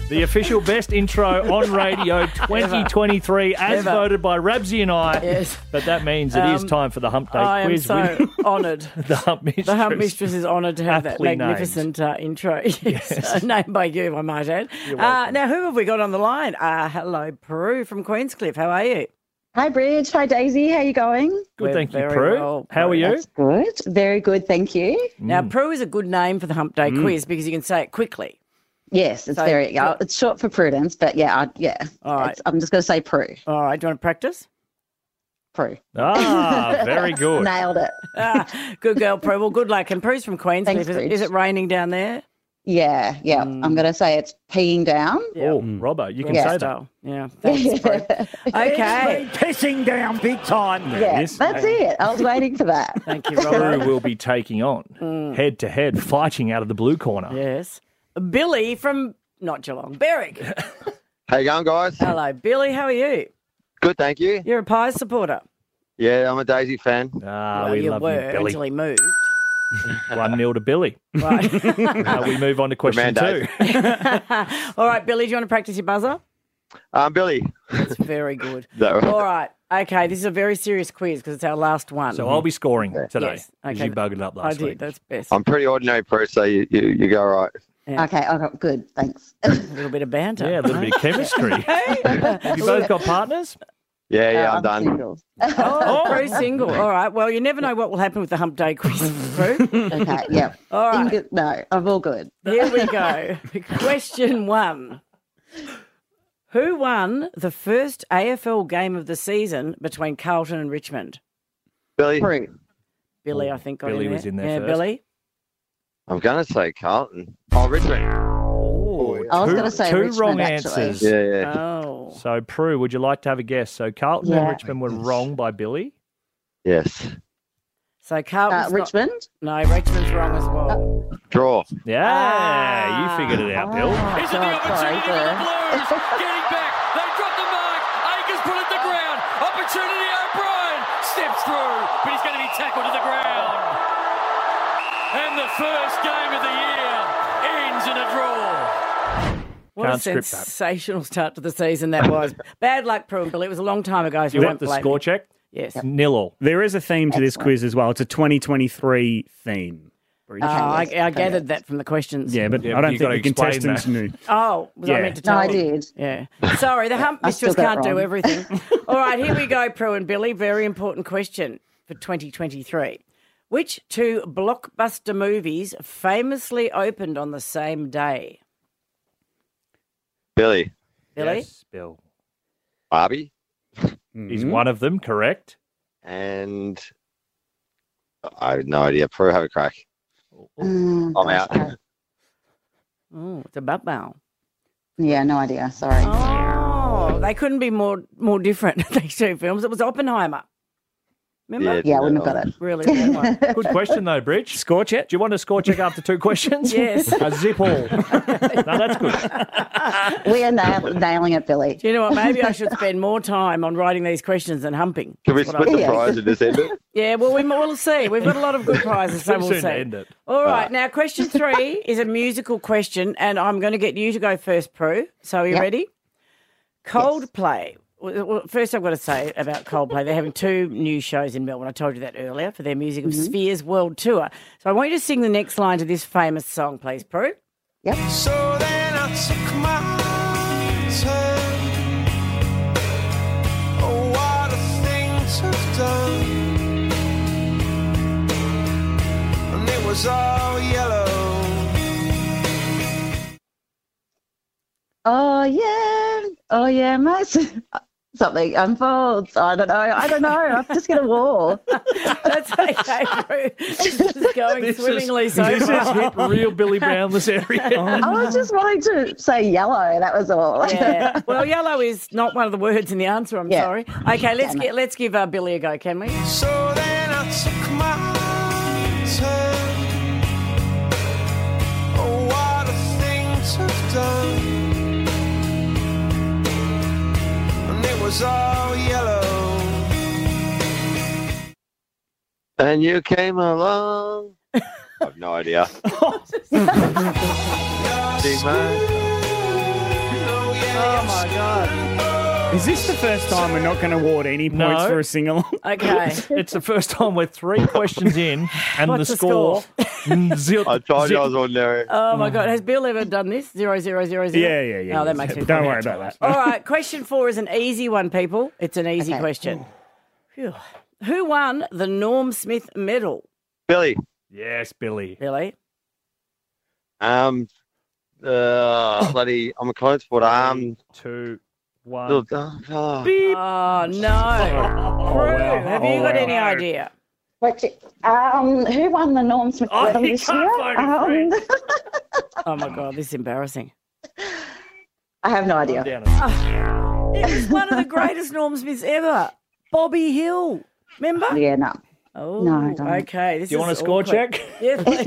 Speaker 7: The official best intro on radio 2023, as
Speaker 5: Ever.
Speaker 7: voted by Rabsy and I.
Speaker 5: Yes.
Speaker 7: But that means it is
Speaker 5: Um,
Speaker 7: time for the Hump Day
Speaker 5: I am
Speaker 7: quiz.
Speaker 5: so
Speaker 7: with
Speaker 5: honoured.
Speaker 7: the Hump Mistress.
Speaker 5: The Hump Mistress is honoured to have
Speaker 7: Aptly
Speaker 5: that
Speaker 7: named.
Speaker 5: magnificent uh, intro. Yes, named by you, I might add.
Speaker 7: You're
Speaker 5: Uh, now, who have we got on the line? Uh, hello, Prue from Queenscliff. How are you?
Speaker 16: Hi, Bridge. Hi, Daisy. How you going?
Speaker 7: Good,
Speaker 5: We're
Speaker 7: thank you,
Speaker 5: very
Speaker 7: Prue.
Speaker 5: well,
Speaker 7: How are
Speaker 5: Prue.
Speaker 7: you? Mm.
Speaker 5: That's
Speaker 16: Good. Very good. Thank you.
Speaker 5: Now, Prue is a good name for the Hump Day
Speaker 16: Mm.
Speaker 5: quiz because you can say it quickly.
Speaker 16: Yes, it's
Speaker 5: So-
Speaker 16: very. uh, It's short for prudence, but yeah, I, yeah. All right. I'm just going to say Prue.
Speaker 5: All right. Do you want to practice?
Speaker 16: Prue.
Speaker 7: Ah, very good.
Speaker 16: Nailed it.
Speaker 5: Ah, good girl, Prue. Well, good luck. And Prue's from Queenscliff.
Speaker 16: Thanks,
Speaker 5: Is, it-
Speaker 16: Bridge.
Speaker 5: is it raining down there?
Speaker 16: Yeah, yeah. I'm going to say it's peeing down.
Speaker 7: Oh, Robbo, you can
Speaker 16: Yeah.
Speaker 7: say that.
Speaker 5: Style. Yeah. Thanks, Prue. Okay.
Speaker 9: pissing down big time.
Speaker 16: Yeah,
Speaker 7: Yes.
Speaker 16: that's it. I was waiting for that. Mm.
Speaker 5: Thank you,
Speaker 7: Prue
Speaker 5: Robbo.
Speaker 7: will be taking on head to head, fighting out of the blue corner.
Speaker 5: Yes. Billy from not Geelong, Berwick.
Speaker 17: How you going, guys?
Speaker 5: Hello, Billy. How are you?
Speaker 17: Good, thank you.
Speaker 5: You're a Pies supporter.
Speaker 17: Yeah, I'm a Daisy fan.
Speaker 7: Ah,
Speaker 5: Well, you were until he moved.
Speaker 7: One nil to Billy. Right. now we move on to question two.
Speaker 17: Commando.
Speaker 5: All right, Billy, do you want to practice your buzzer?
Speaker 17: Um, Billy.
Speaker 5: That's very good.
Speaker 17: Is that right?
Speaker 5: All right. Okay, this is a very serious quiz because it's our last one.
Speaker 7: So I'll be scoring today.
Speaker 5: Yes,
Speaker 7: 'cause
Speaker 5: okay.
Speaker 7: You buggered it up
Speaker 5: I
Speaker 7: last
Speaker 5: did.
Speaker 7: week.
Speaker 5: That's best.
Speaker 17: I'm pretty ordinary, Prue, so you, you, you go right.
Speaker 16: Okay, I got good. Thanks.
Speaker 5: A little bit of banter.
Speaker 7: Yeah, a little bit of chemistry. Have you both got partners?
Speaker 17: Yeah,
Speaker 14: Uh,
Speaker 17: yeah, I'm done.
Speaker 5: Oh, Prue single. All right. Well, you never know what will happen with the Hump Day quiz, Prue.
Speaker 16: okay, yeah.
Speaker 5: All right.
Speaker 16: Think it- no, I'm all good.
Speaker 5: Here we go. Question one. Who won the first AFL game of the season between Carlton and Richmond?
Speaker 17: Billy.
Speaker 5: Billy, I think, got
Speaker 17: Billy
Speaker 5: in there.
Speaker 17: was in there
Speaker 5: Yeah,
Speaker 17: first.
Speaker 5: Billy.
Speaker 17: I'm going to say Carlton. Oh, Richmond.
Speaker 16: I was
Speaker 7: Two-
Speaker 16: going to say
Speaker 7: two
Speaker 16: Richmond,
Speaker 7: wrong
Speaker 16: actually.
Speaker 7: answers.
Speaker 17: Yeah, yeah.
Speaker 5: Oh.
Speaker 7: So, Prue, would you like to have a guess? So, Carlton and
Speaker 16: Yeah.
Speaker 7: Richmond were wrong by Billy.
Speaker 17: Yes.
Speaker 5: So Carlton.
Speaker 16: Uh, Richmond?
Speaker 5: No, Richmond's wrong as well.
Speaker 17: Draw.
Speaker 7: Yeah, you figured it out, Bill.
Speaker 6: Isn't the opportunity for the Blues getting back? They dropped the mark. Akers put it to the ground. Opportunity. O'Brien steps through, but he's going to be tackled to the ground. And the first game of the year ends in a draw.
Speaker 5: What
Speaker 7: Can't
Speaker 5: a
Speaker 7: script that.
Speaker 5: sensational start to the season that was. Bad luck, Prue and Billy. It was a long time ago. So
Speaker 7: Do you
Speaker 5: you
Speaker 7: want
Speaker 5: won't
Speaker 7: the
Speaker 5: blame
Speaker 7: score
Speaker 5: me.
Speaker 7: check?
Speaker 5: Yes.
Speaker 7: Nil all.
Speaker 9: There is a theme to this quiz as well. It's a 2023 theme.
Speaker 5: Oh, I, I gathered that from the questions.
Speaker 9: Yeah, but
Speaker 7: Yeah,
Speaker 9: I
Speaker 7: but
Speaker 9: don't
Speaker 7: you
Speaker 9: think
Speaker 7: gotta
Speaker 9: the
Speaker 7: explain
Speaker 9: contestants
Speaker 7: that.
Speaker 9: knew.
Speaker 5: Oh, was I
Speaker 9: Yeah.
Speaker 5: meant to
Speaker 9: No,
Speaker 5: tell
Speaker 9: I
Speaker 5: you?
Speaker 16: did.
Speaker 5: Yeah. Sorry, the hump
Speaker 16: I still
Speaker 5: mistress
Speaker 16: got
Speaker 5: can't do
Speaker 16: wrong.
Speaker 5: everything. All right, here we go, Prue and Billy. Very important question for 2023. Which two blockbuster movies famously opened on the same day?
Speaker 17: Billy.
Speaker 5: Billy?
Speaker 7: Yes, Bill.
Speaker 17: Barbie.
Speaker 7: He's one of them, correct?
Speaker 17: And I have no idea. Prue, have a crack.
Speaker 16: Mm,
Speaker 17: I'm
Speaker 16: gosh,
Speaker 17: out.
Speaker 16: I-
Speaker 5: Oh, it's a bub bow.
Speaker 16: yeah, no idea. Sorry.
Speaker 5: Oh, they couldn't be more more different, these two films. It was Oppenheimer. Remember?
Speaker 16: Yeah, I wouldn't have got it.
Speaker 5: Really good one.
Speaker 7: Good question, though, Bridge.
Speaker 9: Score check?
Speaker 7: Do you want a score check after two questions?
Speaker 5: Yes.
Speaker 7: A zip all. no, that's good.
Speaker 16: We are nail- nailing it, Billy.
Speaker 5: Do you know what? Maybe I should spend more time on writing these questions than humping.
Speaker 17: Can we
Speaker 5: That's what
Speaker 17: split
Speaker 5: I-
Speaker 17: the prize and just end it?
Speaker 5: Yeah, well, we, we'll see. We've got a lot of good prizes, so
Speaker 17: Too
Speaker 5: we'll
Speaker 17: soon
Speaker 5: see.
Speaker 17: to end it.
Speaker 5: All right, now question three is a musical question, and I'm going to get you to go first, Prue. So are you
Speaker 16: Yep.
Speaker 5: ready? Coldplay. Well, well, first, I've got to say about Coldplay, they're having two new shows in Melbourne. I told you that earlier for their Music of
Speaker 16: Mhm.
Speaker 5: Spheres World Tour. So I want you to sing the next line to this famous song, please, Prue.
Speaker 16: Yep.
Speaker 6: So then I
Speaker 4: took my turn. Oh, what a thing to have done. And it was all yellow.
Speaker 16: Oh yeah, oh yeah, my s- something unfolds. I don't know. I don't know. I'm just gonna wall.
Speaker 5: That's okay, Drew. This is going swimmingly so
Speaker 7: this
Speaker 5: far.
Speaker 7: has hit real Billy Brown this area.
Speaker 16: I was just wanting to say yellow. That was all.
Speaker 5: yeah. Well, yellow is not one of the words in the answer. I'm
Speaker 16: Yeah.
Speaker 5: sorry. Okay, let's
Speaker 16: Yeah,
Speaker 5: get let's give uh, Billy a go, can we?
Speaker 4: So then I took my turn. Oh, what a thing to have done. And it was all yellow.
Speaker 17: And you came along. I've no idea. Big man.
Speaker 5: Oh my god.
Speaker 9: Is this the first time we're not going to award any points
Speaker 7: No.
Speaker 9: for a sing along?
Speaker 5: Okay.
Speaker 7: it's the first time we're three questions in, and
Speaker 5: What's
Speaker 7: the
Speaker 5: the score?
Speaker 7: score. mm, zip,
Speaker 17: I told you
Speaker 7: zip.
Speaker 17: I was ordinary.
Speaker 5: Oh
Speaker 7: Mm.
Speaker 5: my god. Has Bill ever done this? Zero zero zero zero. Oh, that makes me.
Speaker 9: Don't
Speaker 5: feel
Speaker 9: worry
Speaker 5: bad.
Speaker 9: about that.
Speaker 5: All right. Question four is an easy one, people. It's an easy question. Phew. Who won the Norm Smith Medal?
Speaker 17: Billy.
Speaker 7: Yes, Billy.
Speaker 5: Billy.
Speaker 17: Um,
Speaker 16: Oh.
Speaker 17: uh, bloody, I'm a clothes board. Um,
Speaker 7: two, one.
Speaker 17: Look, uh, oh.
Speaker 5: Oh no. Prue, have
Speaker 7: oh,
Speaker 5: you got any idea?
Speaker 16: What's it? Um, who won the Norm Smith
Speaker 5: Oh,
Speaker 16: medal
Speaker 5: you
Speaker 16: this
Speaker 5: can't
Speaker 16: year?
Speaker 5: vote
Speaker 16: Um,
Speaker 5: Oh my god, this is embarrassing.
Speaker 16: I have no idea.
Speaker 5: It was one of the greatest Norm Smiths ever. Bobby Hill. Remember?
Speaker 16: Yeah, no.
Speaker 5: Oh,
Speaker 16: No, I don't.
Speaker 5: okay. This
Speaker 7: Do you
Speaker 5: is
Speaker 7: want a score
Speaker 5: awkward.
Speaker 7: check?
Speaker 5: Yeah. please.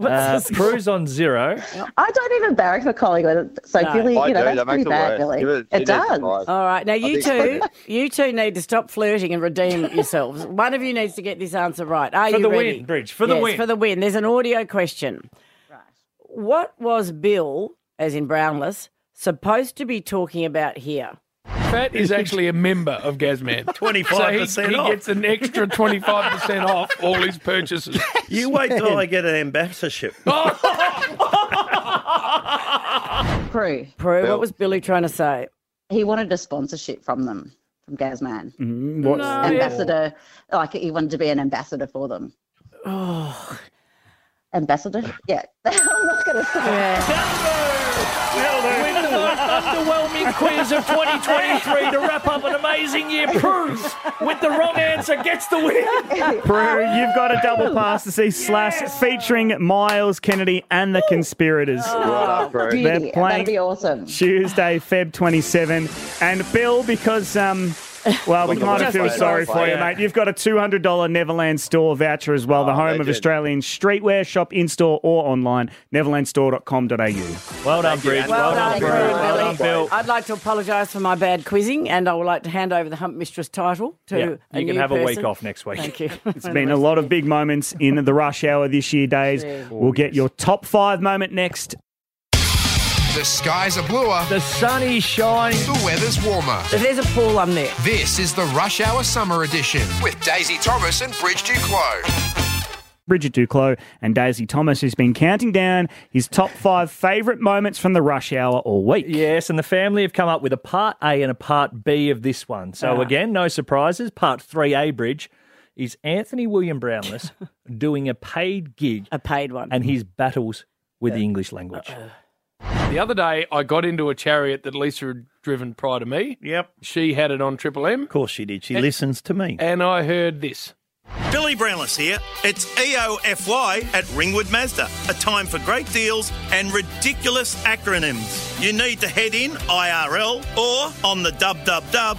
Speaker 7: Uh, Prue's on zero.
Speaker 16: I don't even barrack for Collingwood, so
Speaker 5: No.
Speaker 16: Billy,
Speaker 7: I
Speaker 16: you know
Speaker 7: do,
Speaker 16: that's
Speaker 7: that
Speaker 16: pretty
Speaker 7: makes it
Speaker 16: bad,
Speaker 7: worse.
Speaker 16: Billy.
Speaker 7: Give
Speaker 16: It,
Speaker 7: it- it is
Speaker 16: does.
Speaker 17: five.
Speaker 5: All right, now
Speaker 17: I
Speaker 5: you two,
Speaker 17: think-
Speaker 5: you two need to stop flirting and redeem yourselves. One of you needs to get this answer right. Are
Speaker 7: For
Speaker 5: you
Speaker 7: the
Speaker 5: ready?
Speaker 7: win, Bridge, for the
Speaker 5: Yes,
Speaker 7: win.
Speaker 5: For the win. There's an audio question. Right. What was Bill, as in Brownless, supposed to be talking about here?
Speaker 18: Fat is actually a member of Gazman.
Speaker 19: 25%
Speaker 18: so he,
Speaker 19: off.
Speaker 18: He gets an extra 25% off all his purchases.
Speaker 19: You wait till I get an ambassadorship.
Speaker 16: Prue.
Speaker 5: Prue, what was Billy trying to say?
Speaker 16: He wanted a sponsorship from them, from Gazman.
Speaker 9: what-
Speaker 5: No.
Speaker 16: Ambassador, like he wanted to be an ambassador for them.
Speaker 5: Oh.
Speaker 16: Ambassador? Yeah. I'm not going to say
Speaker 7: Win the most underwhelming quiz of 2023 to wrap up an amazing year. Prue, with the wrong answer, gets the win.
Speaker 9: Brew, you've got a double pass to see Slash featuring Miles Kennedy and the Conspirators.
Speaker 17: Well done, Brew.
Speaker 9: They're
Speaker 16: Beauty.
Speaker 9: playing
Speaker 16: That'd be awesome.
Speaker 9: Tuesday, Feb 27. And Bill, because, um, well, we
Speaker 16: Just
Speaker 9: kind of feel
Speaker 16: because.
Speaker 9: sorry for you,
Speaker 16: Yeah. Oh,
Speaker 9: mate. You've got a $200 Neverland Store voucher as well, the home of
Speaker 7: legend.
Speaker 9: Australian streetwear. Shop in store or online, neverlandstore.com.au.
Speaker 7: Well done,
Speaker 9: you,
Speaker 7: Bridge.
Speaker 9: Andy.
Speaker 7: Well
Speaker 9: Well
Speaker 7: done,
Speaker 9: done,
Speaker 7: Bridge.
Speaker 9: Prue,
Speaker 7: Well done, Bill.
Speaker 5: I'd like to apologise for my bad quizzing, and I would like to hand over the Hump Mistress title to
Speaker 9: Yeah,
Speaker 5: a
Speaker 9: you can
Speaker 5: new
Speaker 9: have a week
Speaker 5: person.
Speaker 9: off next week.
Speaker 5: Thank you.
Speaker 9: It's been a lot of big moments in the rush hour this year, Days.
Speaker 5: Yeah.
Speaker 9: We'll get your top five moment next.
Speaker 1: The skies are bluer.
Speaker 7: The sun is shining.
Speaker 1: The weather's warmer.
Speaker 5: There's a pool I'm there.
Speaker 1: This is the Rush Hour Summer Edition with Daisy Thomas and Bridge Duclos.
Speaker 9: Bridget Duclos and Daisy Thomas, who's been counting down his top five favourite moments from the rush hour all week.
Speaker 7: Yes, and the family have come up with a part A and a part B of this one. So
Speaker 9: Ah.
Speaker 7: again, no surprises. Part three A bridge is Anthony William Brownless doing a paid gig,
Speaker 5: a paid one,
Speaker 7: and his battles with the English language.
Speaker 18: The other day, I got into a chariot that Lisa had driven prior to me. Yep. She had it on Triple M. Of
Speaker 19: course she did. She listens to me.
Speaker 18: And I heard this.
Speaker 20: Billy Brownless here. It's EOFY at Ringwood Mazda. A time for great deals and ridiculous acronyms. You need to head in IRL or on the dub dub dub.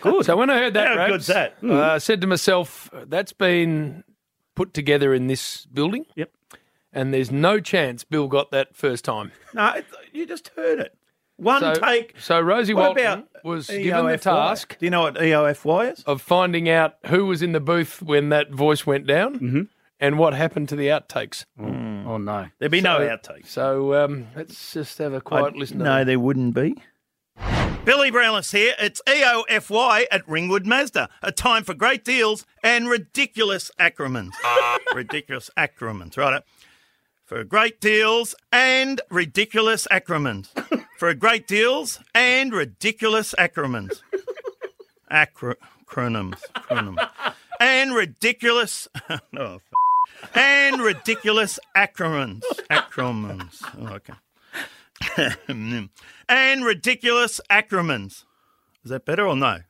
Speaker 18: Good. So when I heard that,
Speaker 20: How
Speaker 18: Rabs,
Speaker 20: good's that?
Speaker 18: uh, I said to myself, that's been put together in this building.
Speaker 9: Yep.
Speaker 18: And there's no chance Bill got that first time.
Speaker 19: No, it- you just heard it. One
Speaker 18: So-
Speaker 19: take.
Speaker 18: So Rosie
Speaker 19: What
Speaker 18: Walton
Speaker 19: about E
Speaker 18: was given the
Speaker 19: EOFY?
Speaker 18: task.
Speaker 19: Do you know what E EOFY is?
Speaker 18: Of finding out who was in the booth when that voice went down
Speaker 19: Mm-hmm.
Speaker 18: and what happened to the outtakes.
Speaker 9: Oh, no.
Speaker 19: There'd be no
Speaker 18: So-
Speaker 19: outtakes.
Speaker 18: So um, let's just have a quiet
Speaker 19: I'd-
Speaker 18: listen to
Speaker 19: No,
Speaker 18: that.
Speaker 19: there wouldn't be.
Speaker 20: Billy Brownless here. It's E EOFY at Ringwood Mazda. A time for great deals and ridiculous acronyms. ridiculous acronyms, right? for great deals and ridiculous acronyms. for great deals and ridiculous acronyms. Acro- acronyms. acronyms. And ridiculous. oh, f- and ridiculous acronyms. Acronyms. Oh, okay. and ridiculous acronyms. Is that better or no?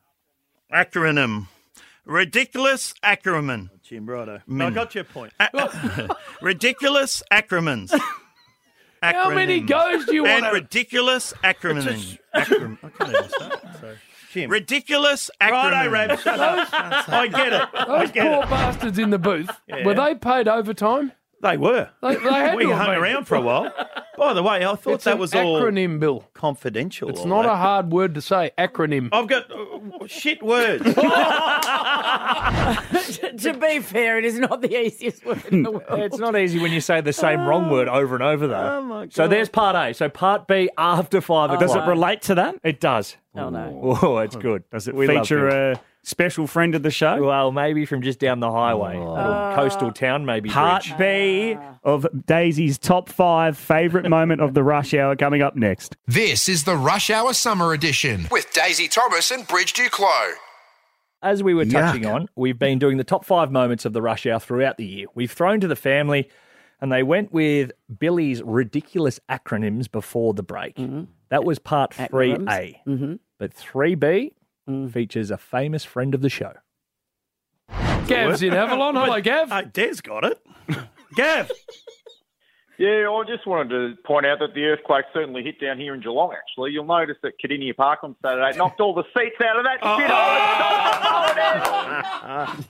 Speaker 20: Acronym. Ridiculous acronym.
Speaker 19: Jim, righto.
Speaker 20: Min.
Speaker 19: I got your point.
Speaker 20: ridiculous acronyms.
Speaker 18: How many
Speaker 20: Acronyms.
Speaker 18: goes do you
Speaker 20: and
Speaker 18: wanna-
Speaker 20: ridiculous acronyms. Acron- I can't even say it. So, Jim. Ridiculous
Speaker 18: Righto,
Speaker 20: acronyms.
Speaker 18: Rab, shut up.
Speaker 19: I get it. I
Speaker 18: Those
Speaker 19: get
Speaker 18: poor
Speaker 19: it.
Speaker 18: bastards in the booth,
Speaker 19: Yeah.
Speaker 18: were they paid overtime?
Speaker 19: They were.
Speaker 18: They, they had
Speaker 19: we
Speaker 18: to have
Speaker 19: hung
Speaker 18: been.
Speaker 19: around for a while. By the way, I thought
Speaker 18: It's
Speaker 19: that
Speaker 18: an
Speaker 19: was all
Speaker 18: acronym, Bill.
Speaker 19: Confidential.
Speaker 18: It's
Speaker 19: all
Speaker 18: not
Speaker 19: that.
Speaker 18: a hard word to say, acronym.
Speaker 19: I've got uh, shit words.
Speaker 5: to be fair, it is not the easiest word in the world.
Speaker 7: It's not easy when you say the same wrong word over and over, though.
Speaker 5: Oh, my
Speaker 7: So
Speaker 5: God.
Speaker 7: there's part A. So part B after five
Speaker 9: Oh,
Speaker 7: o'clock.
Speaker 9: Does it relate to that?
Speaker 7: It does.
Speaker 5: Oh, no.
Speaker 7: Oh, it's good. Does
Speaker 9: it feature a special friend of the show?
Speaker 7: Well, maybe from just down the highway,
Speaker 5: Oh. Uh,
Speaker 7: Little coastal town, maybe.
Speaker 9: Part
Speaker 7: bridge.
Speaker 9: B
Speaker 7: Ah.
Speaker 9: of Daisy's top five favourite moment of the rush hour coming up next.
Speaker 1: This is the Rush Hour Summer Edition with Daisy Thomas and Bridge Duclos.
Speaker 7: As we were touching on, we've been doing the top five moments of the rush hour throughout the year. We've thrown to the family, and they went with Billy's ridiculous acronyms before the break.
Speaker 5: Mm-hmm.
Speaker 7: That was part three A,
Speaker 5: Mhm.
Speaker 7: but three B
Speaker 5: Mm.
Speaker 7: features a famous friend of the show.
Speaker 18: Gav's in Avalon. Hello, Gav.
Speaker 19: Hey, Des got it. Gav.
Speaker 21: Yeah, I just wanted to point out that the earthquake certainly hit down here in Geelong, actually. You'll notice that Cadinia Park on Saturday knocked all the seats out of that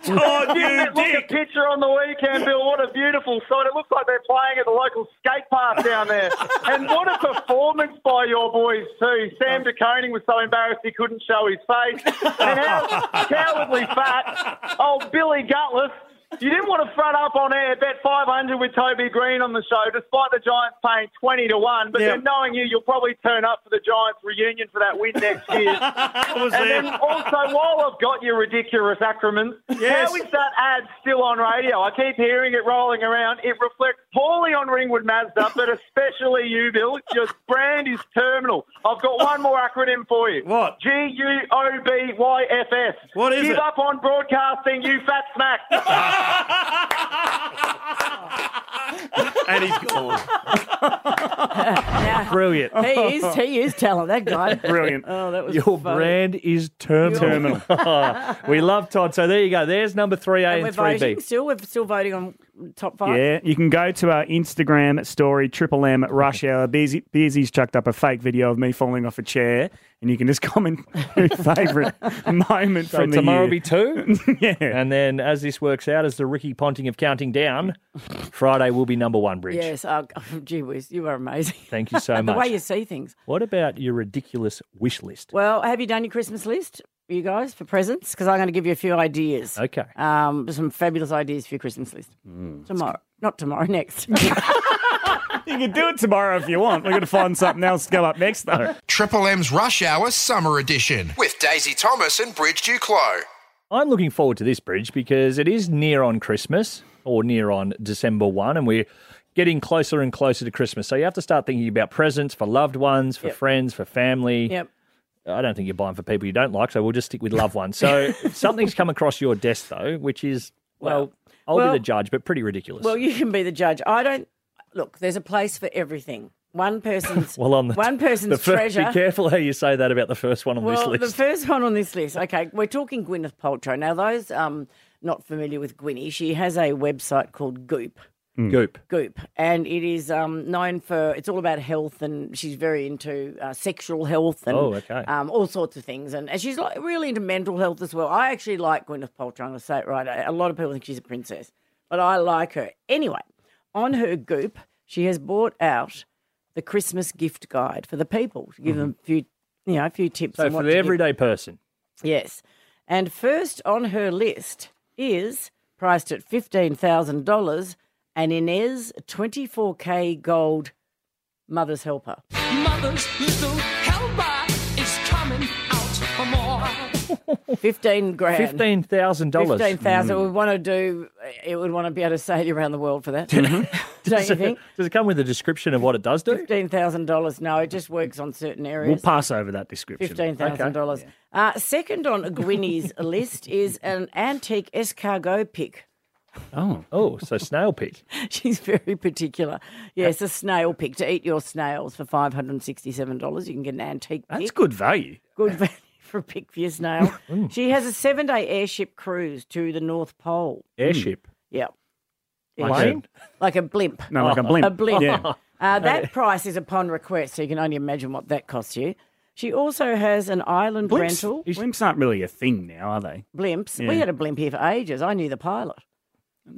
Speaker 21: shit.
Speaker 19: Todd, oh, you
Speaker 21: Look at the picture on the weekend, Bill. What a beautiful sight. It looks like they're playing at the local skate park down there. and what a performance by your boys, too. Sam De Koning was so embarrassed he couldn't show his face. And how cowardly fat old Billy Gutless. You didn't want to front up on air, bet 500 with Toby Green on the show, despite the Giants paying 20 to 1. But
Speaker 19: Yeah.
Speaker 21: then knowing you, you'll probably turn up for the Giants reunion for that win next year.
Speaker 19: was
Speaker 21: and
Speaker 19: there.
Speaker 21: then also, while I've got your ridiculous acronyms,
Speaker 19: Yes.
Speaker 21: how is that ad still on radio? I keep hearing it rolling around. It reflects poorly on Ringwood Mazda, but especially you, Bill. Your brand is terminal. I've got one more acronym for you. What? G U O B Y F S. What
Speaker 19: is
Speaker 21: Give
Speaker 19: it?
Speaker 21: up on broadcasting, you fat smack.
Speaker 19: and he's gone.
Speaker 7: Brilliant.
Speaker 5: He is, he is talent, that guy. Oh, that was
Speaker 7: Your
Speaker 5: funny.
Speaker 7: brand is terminal. we love Todd. So there you go. There's number three A
Speaker 5: And we're
Speaker 7: and three B.
Speaker 5: voting still. We're still voting on top five.
Speaker 9: Yeah, you can go to our Instagram story, Triple M Rush Hour. Beersy, Beersy's chucked up a fake video of me falling off a chair, and you can just comment your favourite moment
Speaker 7: So
Speaker 9: from the year.
Speaker 7: tomorrow will be two. yeah. And then as this works out, as the Ricky Ponting of counting down, Friday will be number one, Bridge.
Speaker 5: Yes, oh, gee whiz, you are amazing.
Speaker 7: Thank you so
Speaker 5: the
Speaker 7: much.
Speaker 5: way you see things.
Speaker 7: What about your ridiculous wish list?
Speaker 5: Well, have you done your Christmas list, you guys, for presents? Because I'm going to give you a few ideas.
Speaker 7: Okay.
Speaker 5: Um, some fabulous ideas for your Christmas list
Speaker 7: Hmm.
Speaker 5: tomorrow. Not tomorrow, next.
Speaker 9: You can do it tomorrow if you want. We're going to find something else to go up next, though.
Speaker 1: Triple M's Rush Hour Summer Edition with Daisy Thomas and Bridge Duclos.
Speaker 7: I'm looking forward to this bridge because it is near on Christmas or near on December 1, and we're getting closer and closer to Christmas. So you have to start thinking about presents for loved ones, for
Speaker 5: Yep.
Speaker 7: friends, for family.
Speaker 5: Yep.
Speaker 7: I don't think you're buying for people you don't like, so we'll just stick with loved ones. So something's come across your desk, though, which is, well, I'll
Speaker 5: well-
Speaker 7: be the judge, but pretty ridiculous.
Speaker 5: Well, you can be the judge. I don't look. There's a place for everything. One person's
Speaker 7: Well, on the,
Speaker 5: one person's
Speaker 7: the fir-
Speaker 5: treasure.
Speaker 7: Be careful how you say that about the first one on
Speaker 5: well,
Speaker 7: this
Speaker 5: the
Speaker 7: list.
Speaker 5: first one on this list. Okay, we're talking Gwyneth Paltrow. Now, those um, not familiar with Gwynny, she has a website called Goop.
Speaker 7: Goop.
Speaker 5: Goop, and it is um, known for it's all about health, and she's very into uh, sexual health and
Speaker 7: Oh, okay.
Speaker 5: um, all sorts of things, and, and she's like really into mental health as well. I actually like Gwyneth Paltrow. I'm going to say it right. A lot of people think she's a princess, but I like her anyway. On her Goop, she has bought out the Christmas gift guide for the people to give them a few, you know, a few tips.
Speaker 7: Mm-hmm. So
Speaker 5: on what
Speaker 7: for
Speaker 5: to
Speaker 7: the
Speaker 5: give.
Speaker 7: everyday person.
Speaker 5: Yes. And first on her list is priced at $15,000 an Inez 24K gold mother's helper.
Speaker 4: Mother's little helper is coming out for more.
Speaker 5: Fifteen grand.
Speaker 7: Fifteen thousand dollars. Hmm.
Speaker 5: Fifteen thousand. We want to do. It would want to be able to sail you around the world for that. Don't
Speaker 7: Does
Speaker 5: you
Speaker 7: it,
Speaker 5: think?
Speaker 7: does it come with a description of what it does do?
Speaker 5: Fifteen thousand dollars. No, it just works on certain
Speaker 7: We'll
Speaker 5: areas.
Speaker 7: pass over that description.
Speaker 5: Fifteen thousand dollars.
Speaker 7: Okay.
Speaker 5: Uh, second on Gwynny's list is an antique escargot pick.
Speaker 7: Oh, oh, so snail pick.
Speaker 5: She's very particular. Yes, a snail pick to eat your snails for five hundred and sixty-seven dollars. You can get an antique.
Speaker 7: That's
Speaker 5: pick.
Speaker 7: good Mm. value.
Speaker 5: Good value for a pick for your snail. she has a seven-day airship cruise to the North Pole.
Speaker 7: Airship.
Speaker 5: Yeah.
Speaker 7: Like
Speaker 5: Airship.
Speaker 7: a-
Speaker 5: like a blimp.
Speaker 7: No, like a blimp.
Speaker 5: A blimp.
Speaker 7: Yeah.
Speaker 5: Uh, that price is upon request, so you can only imagine what that costs you. She also has an island rental.
Speaker 9: Blimps, blimps aren't really a thing now, are they?
Speaker 5: Blimps.
Speaker 9: Yeah.
Speaker 5: We had a blimp here for ages. I knew the pilot.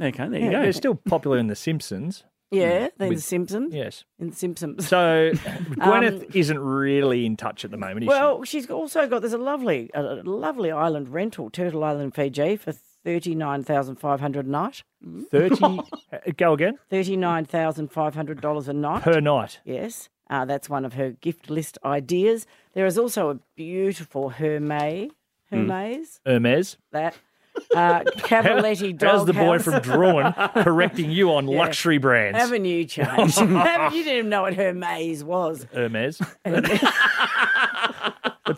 Speaker 9: Okay, there
Speaker 5: Yeah,
Speaker 9: you go.
Speaker 5: they're
Speaker 7: It's still popular in The Simpsons.
Speaker 5: Yeah, in The
Speaker 7: Mm. With-
Speaker 5: Simpsons.
Speaker 7: Yes.
Speaker 5: In The Simpsons.
Speaker 7: So Gwyneth isn't really in touch at the moment. Is
Speaker 5: Um, Well, she's also got there's a lovely, a lovely island rental, Turtle Island, Fiji, for thirty nine thousand five hundred a night.
Speaker 7: she? thirty. uh, go again.
Speaker 5: Thirty nine thousand five hundred dollars a night
Speaker 7: Per night.
Speaker 5: Yes, uh, that's one of her gift list ideas. There is also a beautiful Hermes,
Speaker 7: Mm.
Speaker 5: Hermes,
Speaker 7: Hermes.
Speaker 5: that uh, Cavaletti dog.
Speaker 7: How's the boy from Drawn correcting you on
Speaker 5: Yeah.
Speaker 7: luxury brands?
Speaker 5: Haven't you changed? Haven't- you didn't even know what Hermes was.
Speaker 7: Hermes. That's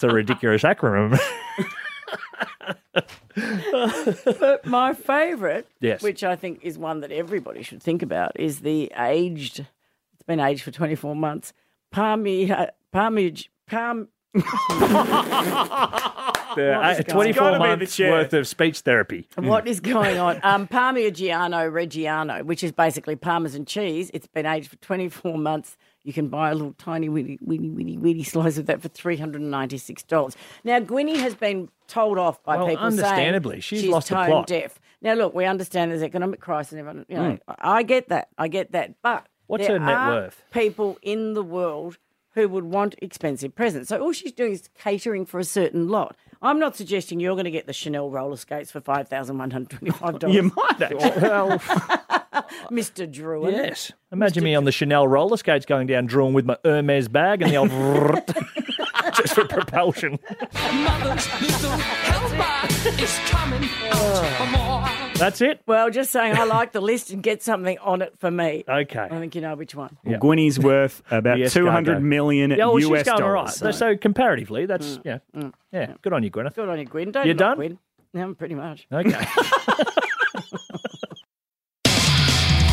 Speaker 7: a ridiculous acronym. Uh,
Speaker 5: but my favourite,
Speaker 7: Yes.
Speaker 5: which I think is one that everybody should think about, is the aged. It's been aged for twenty four months. Palmy, uh, palmage, palm.
Speaker 7: The,
Speaker 5: What is
Speaker 7: uh,
Speaker 5: going-
Speaker 7: 24
Speaker 5: Gotta be the
Speaker 7: months
Speaker 5: chair.
Speaker 7: worth of speech therapy.
Speaker 5: What is going on? Um, Parmigiano Reggiano, which is basically parmesan cheese. It's been aged for 24 months. You can buy a little tiny, witty, witty, witty, witty slice of that for $396. Now, Gwynny has been told off by
Speaker 7: Well,
Speaker 5: people
Speaker 7: understandably.
Speaker 5: saying
Speaker 7: She's lost the
Speaker 5: tone
Speaker 7: plot.
Speaker 5: deaf. Now, look, we understand there's economic crisis and everyone, you know,
Speaker 7: Mm.
Speaker 5: I I get that. I get that. But
Speaker 7: What's
Speaker 5: there
Speaker 7: her net
Speaker 5: are
Speaker 7: worth?
Speaker 5: people in the world who would want expensive presents. So all she's doing is catering for a certain lot. I'm not suggesting you're going to get the Chanel roller skates for five thousand one hundred twenty-five dollars.
Speaker 7: You might actually. Well,
Speaker 5: Mr. Druin.
Speaker 7: yes. Imagine me on the Chanel roller skates going down Drawn with my Hermes bag and the old vrrt just for propulsion.
Speaker 4: Mother's little helper is coming out for more.
Speaker 7: That's it.
Speaker 5: Well, just saying, I like the list and get something on it for me.
Speaker 7: Okay. I
Speaker 5: think you know which one.
Speaker 9: Well, Gwynny's worth about
Speaker 7: Yes,
Speaker 9: two hundred
Speaker 7: Gargo.
Speaker 9: million
Speaker 7: Yeah, well,
Speaker 9: US
Speaker 7: she's going
Speaker 9: dollars.
Speaker 7: all right. So, so comparatively,
Speaker 5: Mm,
Speaker 7: that's yeah, yeah. Good on you, Gwyneth.
Speaker 5: Good on you, Gwyn. Don't
Speaker 7: You
Speaker 5: knock
Speaker 7: done?
Speaker 5: Gwyn. No, pretty much.
Speaker 7: Okay.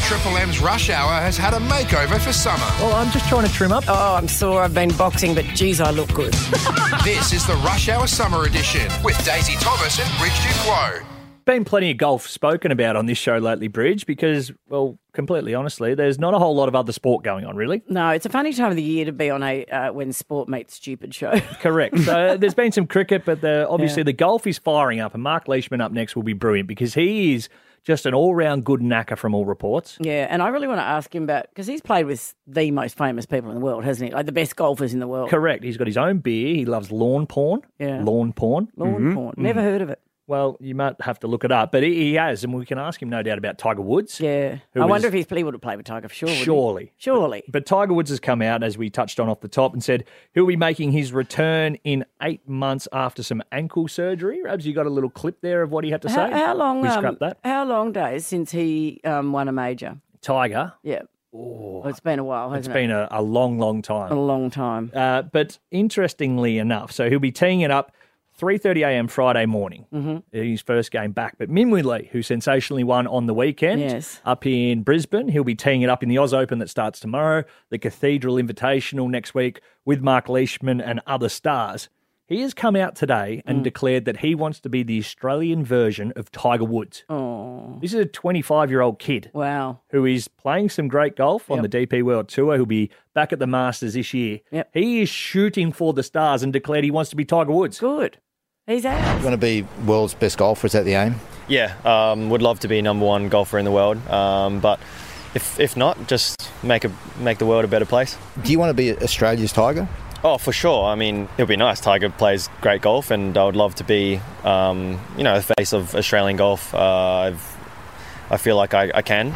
Speaker 1: Triple M's Rush Hour has had a makeover for summer.
Speaker 7: Well, I'm just trying to trim up.
Speaker 5: Oh, I'm sore. I've been boxing, but geez, I look good.
Speaker 1: this is the Rush Hour Summer Edition with Daisy Thomas and Bridge Duclos.
Speaker 7: Been plenty of golf spoken about on this show lately, Bridge, because well, completely honestly, there's not a whole lot of other sport going on, really.
Speaker 5: No, it's a funny time of the year to be on a uh, when sport meets stupid show.
Speaker 7: Correct. So there's been some cricket, but the, obviously
Speaker 5: Yeah.
Speaker 7: the golf is firing up, and Mark Leishman up next will be brilliant because he is just an all-round good knacker from all reports.
Speaker 5: Yeah, and I really want to ask him about because he's played with the most famous people in the world, hasn't he? Like the best golfers in the world.
Speaker 7: Correct. He's got his own beer. He loves lawn porn.
Speaker 5: Yeah.
Speaker 7: Lawn porn.
Speaker 5: Lawn
Speaker 7: Mm-hmm.
Speaker 5: porn. Never heard of it.
Speaker 7: Well, you might have to look it up, but he, he has, and we can ask him no doubt about Tiger Woods.
Speaker 5: Yeah.
Speaker 7: Who
Speaker 5: I
Speaker 7: is-
Speaker 5: wonder if he's, he would have played with Tiger, sure. wouldn't he?
Speaker 7: Surely.
Speaker 5: Surely.
Speaker 7: But Tiger Woods has come out, as we touched on off the top, and said he'll be making his return in eight months after some ankle surgery. Rabs, you got a little clip there of what he had to say?
Speaker 5: How, how long?
Speaker 7: We
Speaker 5: um,
Speaker 7: scrapped that.
Speaker 5: How long days since he um, won a major?
Speaker 7: Tiger.
Speaker 5: Yeah.
Speaker 7: Oh,
Speaker 5: it's been a while, hasn't
Speaker 7: It's
Speaker 5: it?
Speaker 7: been a, a long, long time.
Speaker 5: A long time.
Speaker 7: Uh, but interestingly enough, so he'll be teeing it up 3.30 a.m. Friday morning, his first game back. But Minwoo Lee, who sensationally won on the weekend
Speaker 5: Yes.
Speaker 7: up in Brisbane, he'll be teeing it up in the Oz Open that starts tomorrow, the Cathedral Invitational next week with Mark Leishman and other stars. He has come out today and declared that he wants to be the Australian version of Tiger Woods.
Speaker 5: Oh.
Speaker 7: This is a 25 year old kid.
Speaker 5: Wow.
Speaker 7: Who is playing some great golf on the DP World Tour. He'll be back at the Masters this year. He is shooting for the stars and declared he wants to be Tiger Woods.
Speaker 5: Good. He's out.
Speaker 2: Going to be world's best golfer, is that the aim?
Speaker 22: Yeah, um, would love to be number one golfer in the world, um, but if, if not, just make a make the world a better place.
Speaker 2: Do you want to be Australia's Tiger?
Speaker 22: Oh, for sure. I mean, it would be nice. Tiger plays great golf, and I would love to be, um, you know, the face of Australian golf. Uh, I've, I feel like I, I can.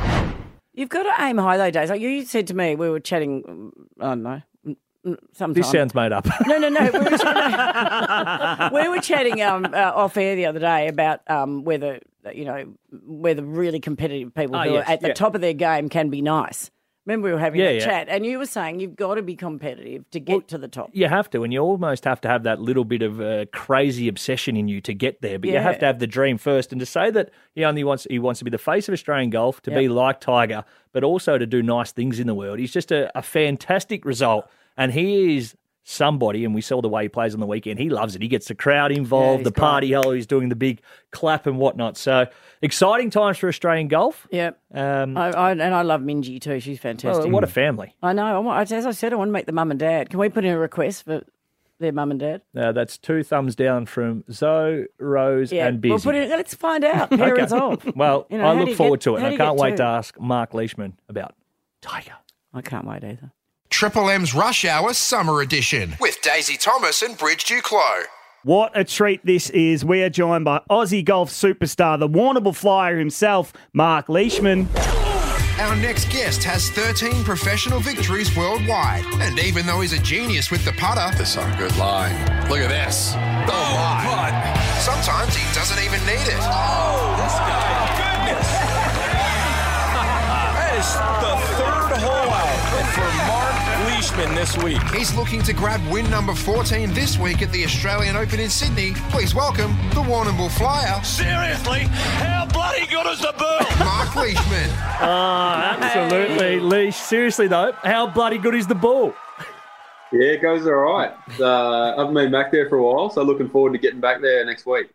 Speaker 5: You've got to aim high though, days. Like you said to me, we were chatting. um, mm, I don't know. Sometimes.
Speaker 7: This sounds made up.
Speaker 5: No, no, no. We were chatting, we were chatting um, uh, off air the other day about um, whether you know whether really competitive people
Speaker 3: Ah,
Speaker 5: who
Speaker 3: yes,
Speaker 5: are at the
Speaker 3: yeah.
Speaker 5: top of their game can be nice. Remember, we were having
Speaker 7: Yeah,
Speaker 5: a
Speaker 7: yeah.
Speaker 5: chat, and you were saying you've got to be competitive to get to the top.
Speaker 7: You have to, and you almost have to have that little bit of uh, crazy obsession in you to get there. But you have
Speaker 5: Yeah.
Speaker 7: to have the dream first, and to say that he only wants he wants to be the face of Australian golf, to be
Speaker 5: Yep.
Speaker 7: like Tiger, but also to do nice things in the world. He's just a, a fantastic result, and he is somebody. And we saw the way he plays on the weekend. He loves it. He gets the crowd involved,
Speaker 5: he's
Speaker 7: the
Speaker 5: great.
Speaker 7: party hole. He's doing the big clap and whatnot. So exciting times for Australian golf.
Speaker 5: Yep.
Speaker 7: Um,
Speaker 5: I, I, and I love Minji too. She's fantastic.
Speaker 7: what a family.
Speaker 5: I know. I want, as I said, I want to meet the mum and dad. Can we put in a request for their mum and dad?
Speaker 7: Now Uh, that's two thumbs down from Zoe, Rose, and Busy.
Speaker 5: we'll put it. Let's find out. Parents
Speaker 7: Okay.
Speaker 5: of.
Speaker 7: Well,
Speaker 5: You know, how
Speaker 7: I
Speaker 5: do
Speaker 7: look
Speaker 5: you
Speaker 7: forward
Speaker 5: get-
Speaker 7: to it, and
Speaker 5: how do
Speaker 7: I
Speaker 5: you get
Speaker 7: can't wait
Speaker 5: two?
Speaker 7: to ask Mark Leishman about.
Speaker 5: I can't wait either.
Speaker 1: Triple M's Rush Hour Summer Edition with Daisy Thomas and Bridge Duclos.
Speaker 9: What a treat this is. We are joined by Aussie golf superstar, the Warnable Flyer himself, Mark Leishman.
Speaker 1: Our next guest has 13 professional victories worldwide, and even though he's a genius with the putter, this is a good line. Look at this. Oh, my! Sometimes he doesn't even need it. Oh, this guy! Goodness! that is the third hole out for Mark Leishman this week. He's looking to grab win number 14 this week at the Australian Open in Sydney. Please welcome the Warrnambool Flyer. Seriously, how bloody good is the bird? Mark Leishman.
Speaker 7: Ah, absolutely, Leish. Seriously though, how bloody good is the ball?
Speaker 10: Yeah, it goes all right. Uh, I haven't been back there for a while, so looking forward to getting back there next week.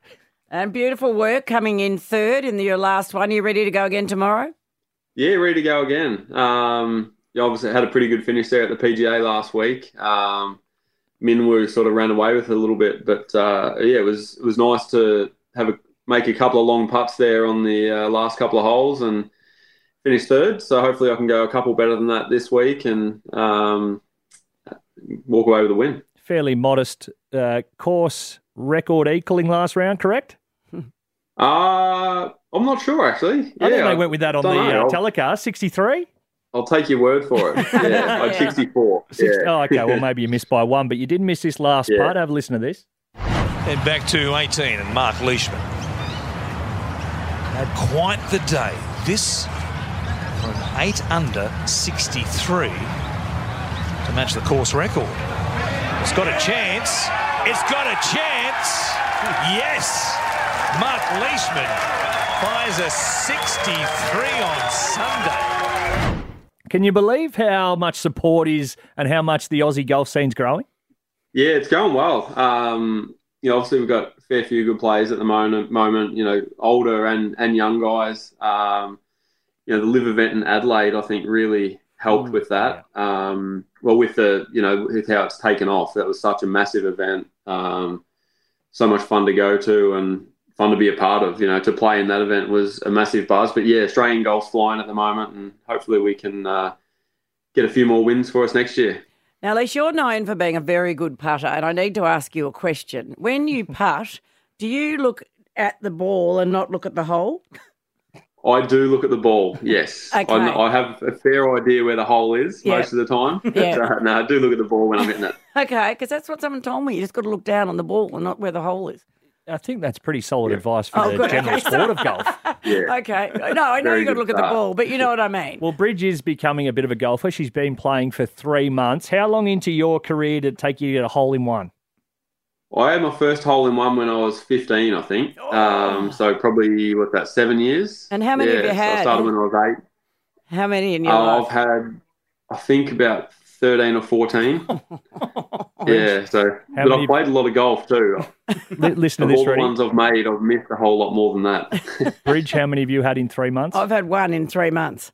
Speaker 5: And beautiful work coming in third in your last one. Are you ready to go again tomorrow?
Speaker 10: Yeah, ready to go again. Um, you obviously had a pretty good finish there at the PGA last week. Um, Minwoo sort of ran away with it a little bit, but uh, yeah, it was it was nice to have a make a couple of long putts there on the uh, last couple of holes and finish third. So hopefully, I can go a couple better than that this week and um, walk away with a win.
Speaker 7: Fairly modest uh, course record equaling last round, correct?
Speaker 10: Uh, I'm not sure actually.
Speaker 7: I think
Speaker 10: Yeah,
Speaker 7: they went with that on the
Speaker 10: don't know.
Speaker 7: uh, telecast. Sixty-three.
Speaker 10: I'll take your word for it. Yeah, like 64.
Speaker 7: Six-
Speaker 10: yeah.
Speaker 7: Oh, okay. Well, maybe you missed by one, but you did miss this last
Speaker 10: Yeah.
Speaker 7: part. Have a listen to this.
Speaker 23: And back to 18 and Mark Leishman. Had quite the day. This for an 8 under 63 to match the course record. It's got a chance. It's got a chance. Yes. Mark Leishman fires a 63 on Sunday.
Speaker 7: Can you believe how much support is and how much the Aussie golf scene's growing?
Speaker 10: Yeah, it's going well. Um, you know, obviously we've got a fair few good players at the moment. Moment, you know, older and and young guys. Um, you know, the live event in Adelaide, I think, really helped with that. Um, well, with the you know with how it's taken off, that was such a massive event. Um, so much fun to go to and fun to be a part of. You know, to play in that event was a massive buzz. But yeah, Australian golf's flying at the moment, and hopefully we can uh, get a few more wins for us next year.
Speaker 5: Now, Leash, you're known for being a very good putter, and I need to ask you a question. When you putt, do you look at the ball and not look at the hole?
Speaker 10: I do look at the ball. Yes,
Speaker 5: Okay.
Speaker 10: I, I have a fair idea where the hole is
Speaker 5: Yeah.
Speaker 10: most of the time. But,
Speaker 5: Yeah.
Speaker 10: uh, no, I do look at the ball when I'm hitting it.
Speaker 5: Okay, because that's what someone told me. You just got to look down on the ball and not where the hole is.
Speaker 7: I think that's pretty solid advice for
Speaker 5: Oh,
Speaker 7: the
Speaker 5: good.
Speaker 7: general
Speaker 5: Okay.
Speaker 7: sport of golf.
Speaker 5: Okay. No, I know
Speaker 7: Very
Speaker 5: you got
Speaker 7: good
Speaker 5: to look at the
Speaker 7: start.
Speaker 5: ball, but you know what I mean.
Speaker 7: Well, Bridge is becoming a bit of a golfer. She's been playing for three months. How long into your career did it take you to get a hole in one?
Speaker 10: I had my first hole in one when I was 15, I think. Um, so probably what that seven years.
Speaker 5: And how many
Speaker 10: yeah,
Speaker 5: have you
Speaker 10: so
Speaker 5: had?
Speaker 10: I started when I was eight.
Speaker 5: How many in your
Speaker 10: Uh,
Speaker 5: life?
Speaker 10: I've had, I think, about 13 or 14. yeah, so
Speaker 7: How
Speaker 10: but
Speaker 7: many-
Speaker 10: I've played a lot of golf too.
Speaker 7: Li- listen
Speaker 10: of
Speaker 7: to
Speaker 10: all
Speaker 7: this,
Speaker 10: the
Speaker 7: Rudy.
Speaker 10: ones I've made, I've missed a whole lot more than that.
Speaker 7: Bridge, how many have you had in three months?
Speaker 5: I've had one in three months.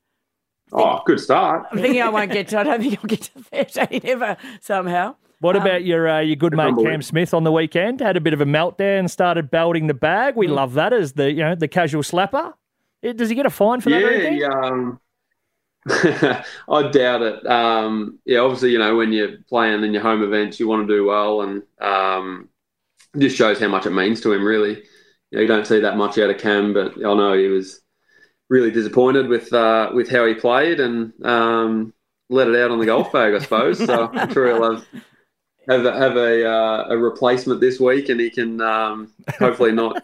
Speaker 10: oh, good start.
Speaker 5: I'm thinking I won't get to. I don't think I'll get to 13 ever somehow.
Speaker 7: What about your uh, your good mate Cam Smith on the weekend? Had a bit of a meltdown, started belting the bag.
Speaker 10: Mm.
Speaker 7: We love that as the you know the casual slapper. Eh, Does he get a fine for that? or
Speaker 10: yeah,
Speaker 7: anything?
Speaker 10: he, um, I doubt it. Um, yeah, obviously, you know, when you're playing in your home events, you want to do well, and um, it just shows how much it means to him. Really, you, know, you don't see that much out of Cam, but I know he was really disappointed with uh, with how he played, and um, let it out on the golf bag, I suppose. So I'm sure he'll have have a, have a, uh, a replacement this week, and he can um, hopefully not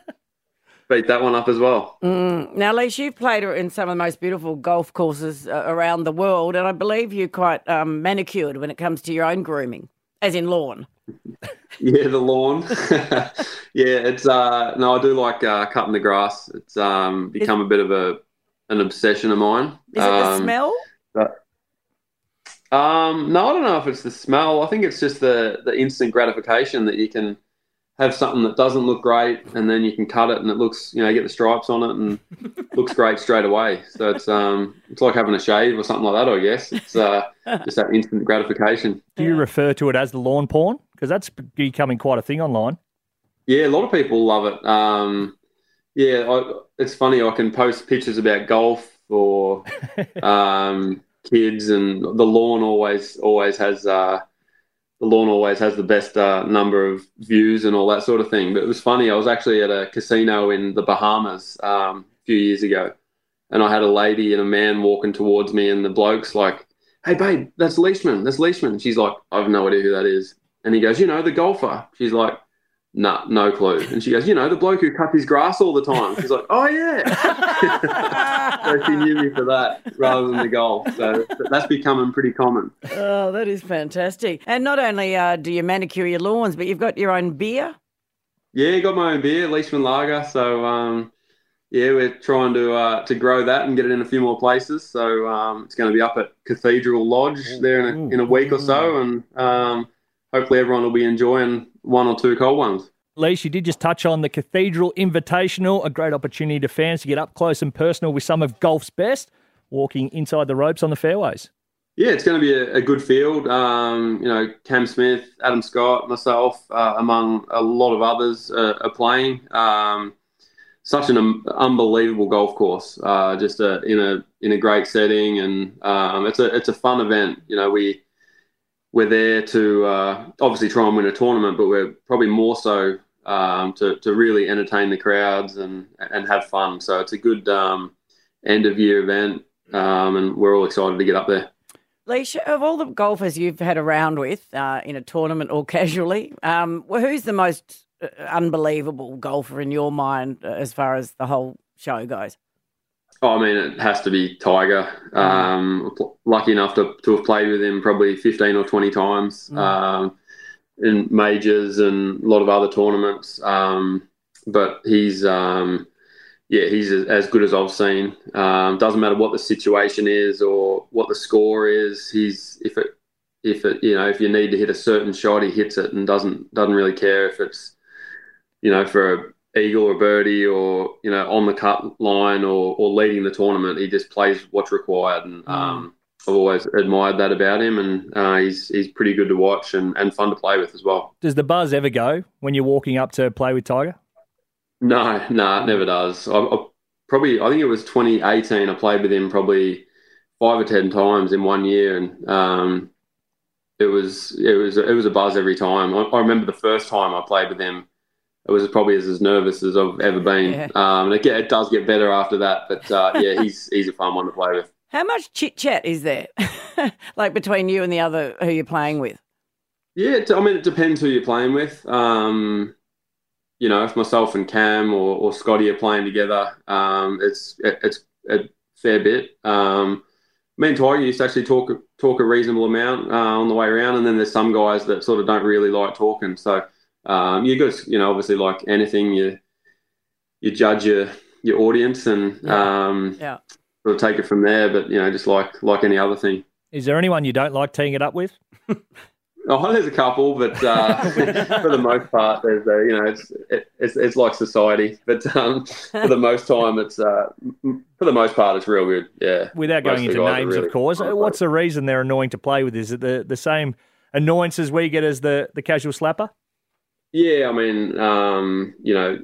Speaker 10: beat that one up as well.
Speaker 5: Mm. Now, Leash, you've played in some of the most beautiful golf courses uh, around the world, and I believe you're quite um, manicured when it comes to your own grooming, as in lawn.
Speaker 10: Yeah, the lawn. yeah, it's uh, no, I do like uh, cutting the grass. It's um, become a bit of a an obsession of mine.
Speaker 5: Is it the
Speaker 10: Um,
Speaker 5: smell?
Speaker 10: but- um, no, I don't know if it's the smell. I think it's just the the instant gratification that you can have something that doesn't look great, and then you can cut it, and it looks, you know, you get the stripes on it, and looks great straight away. So it's um, it's like having a shave or something like that, I guess. It's uh, just that instant gratification.
Speaker 7: Do you refer to it as the lawn porn? Because that's becoming quite a thing online.
Speaker 10: Yeah, a lot of people love it. Um, yeah, I, it's funny. I can post pictures about golf or um, kids, and the lawn always always has uh, the lawn always has the best uh, number of views and all that sort of thing. But it was funny. I was actually at a casino in the Bahamas um, a few years ago, and I had a lady and a man walking towards me, and the bloke's like, "Hey, babe, that's Leishman. That's Leishman." And she's like, "I've no idea who that is." And he goes, "You know, the golfer." She's like. Nah, no clue. And she goes, you know, the bloke who cut his grass all the time. She's like, oh yeah. so she knew me for that rather than the golf. So that's becoming pretty common.
Speaker 5: Oh, that is fantastic. And not only uh, do you manicure your lawns, but you've got your own beer.
Speaker 10: Yeah, got my own beer, Leishman Lager. So um, yeah, we're trying to uh, to grow that and get it in a few more places. So um, it's going to be up at Cathedral Lodge there in a, in a week or so, and um, hopefully everyone will be enjoying one or two cold ones.
Speaker 7: Leash, you did just touch on the Cathedral Invitational, a great opportunity to fans to get up close and personal with some of golf's best, walking inside the ropes on the fairways.
Speaker 10: Yeah, it's going to be a, a good field. Um, you know, Cam Smith, Adam Scott, myself, uh, among a lot of others, uh, are playing. Um, such an um, unbelievable golf course, uh, just a, in a in a great setting, and um, it's a it's a fun event. You know, we we're there to uh, obviously try and win a tournament, but we're probably more so um, to to really entertain the crowds and and have fun. So it's a good um, end of year event, um, and we're all excited to get up there.
Speaker 5: Leisha, of all the golfers you've had around with uh, in a tournament or casually, um, well, who's the most uh, unbelievable golfer in your mind uh, as far as the whole show goes?
Speaker 10: Oh, I mean, it has to be Tiger. Um, pl- lucky enough to, to have played with him probably 15 or 20 times
Speaker 3: Mm.
Speaker 10: um, in majors and a lot of other tournaments. Um, but he's, um, yeah, he's as as good as I've seen. Um, doesn't matter what the situation is or what the score is. He's if it if it you know if you need to hit a certain shot, he hits it and doesn't doesn't really care if it's you know, for a eagle or birdie or, you know, on the cut line or, or leading the tournament. He just plays what's required. And um, I've always admired that about him. And uh, he's, he's pretty good to watch and, and fun to play with as well.
Speaker 7: Does the buzz ever go when you're walking up to play with Tiger?
Speaker 10: No, no, it never does. I, I probably, I think it was 2018. I played with him probably five or 10 times in one year. And, um, it was it was it was a buzz every time. I, I remember the first time I played with him, it was probably as, as nervous as I've ever been.
Speaker 5: Yeah.
Speaker 10: Um, and it, get, it does get better after that. But uh, yeah, he's he's a fun one to play with.
Speaker 5: How much chit chat is there, like between you and the other who you're playing with?
Speaker 10: Yeah, it- I mean, it depends who you're playing with. Um, you know, if myself and Cam or, or Scotty are playing together, um, it's it, it's a fair bit. Um, me and Tiger used to actually talk talk a reasonable amount uh, on the way around, and then there's some guys that sort of don't really like talking. So um, you got you know, obviously, like anything, you you judge your your audience and um,
Speaker 5: Yeah.
Speaker 10: sort of take it from there. But you know, just like like any other thing.
Speaker 7: Is there anyone you don't like teeing it up with?
Speaker 10: Oh, there's a couple, but uh, for the most part, there's a, you know it's it, it's it's like society. But um, for the most time, it's uh, m- for the most part, it's real good. Yeah,
Speaker 7: Without going
Speaker 10: Most of the
Speaker 7: into
Speaker 10: guys are
Speaker 7: names,
Speaker 10: really-
Speaker 7: of course. Uh, What's the reason they're annoying to play with? Is it the, the same annoyances we get as the, the casual slapper?
Speaker 10: Yeah, I mean, um, you know,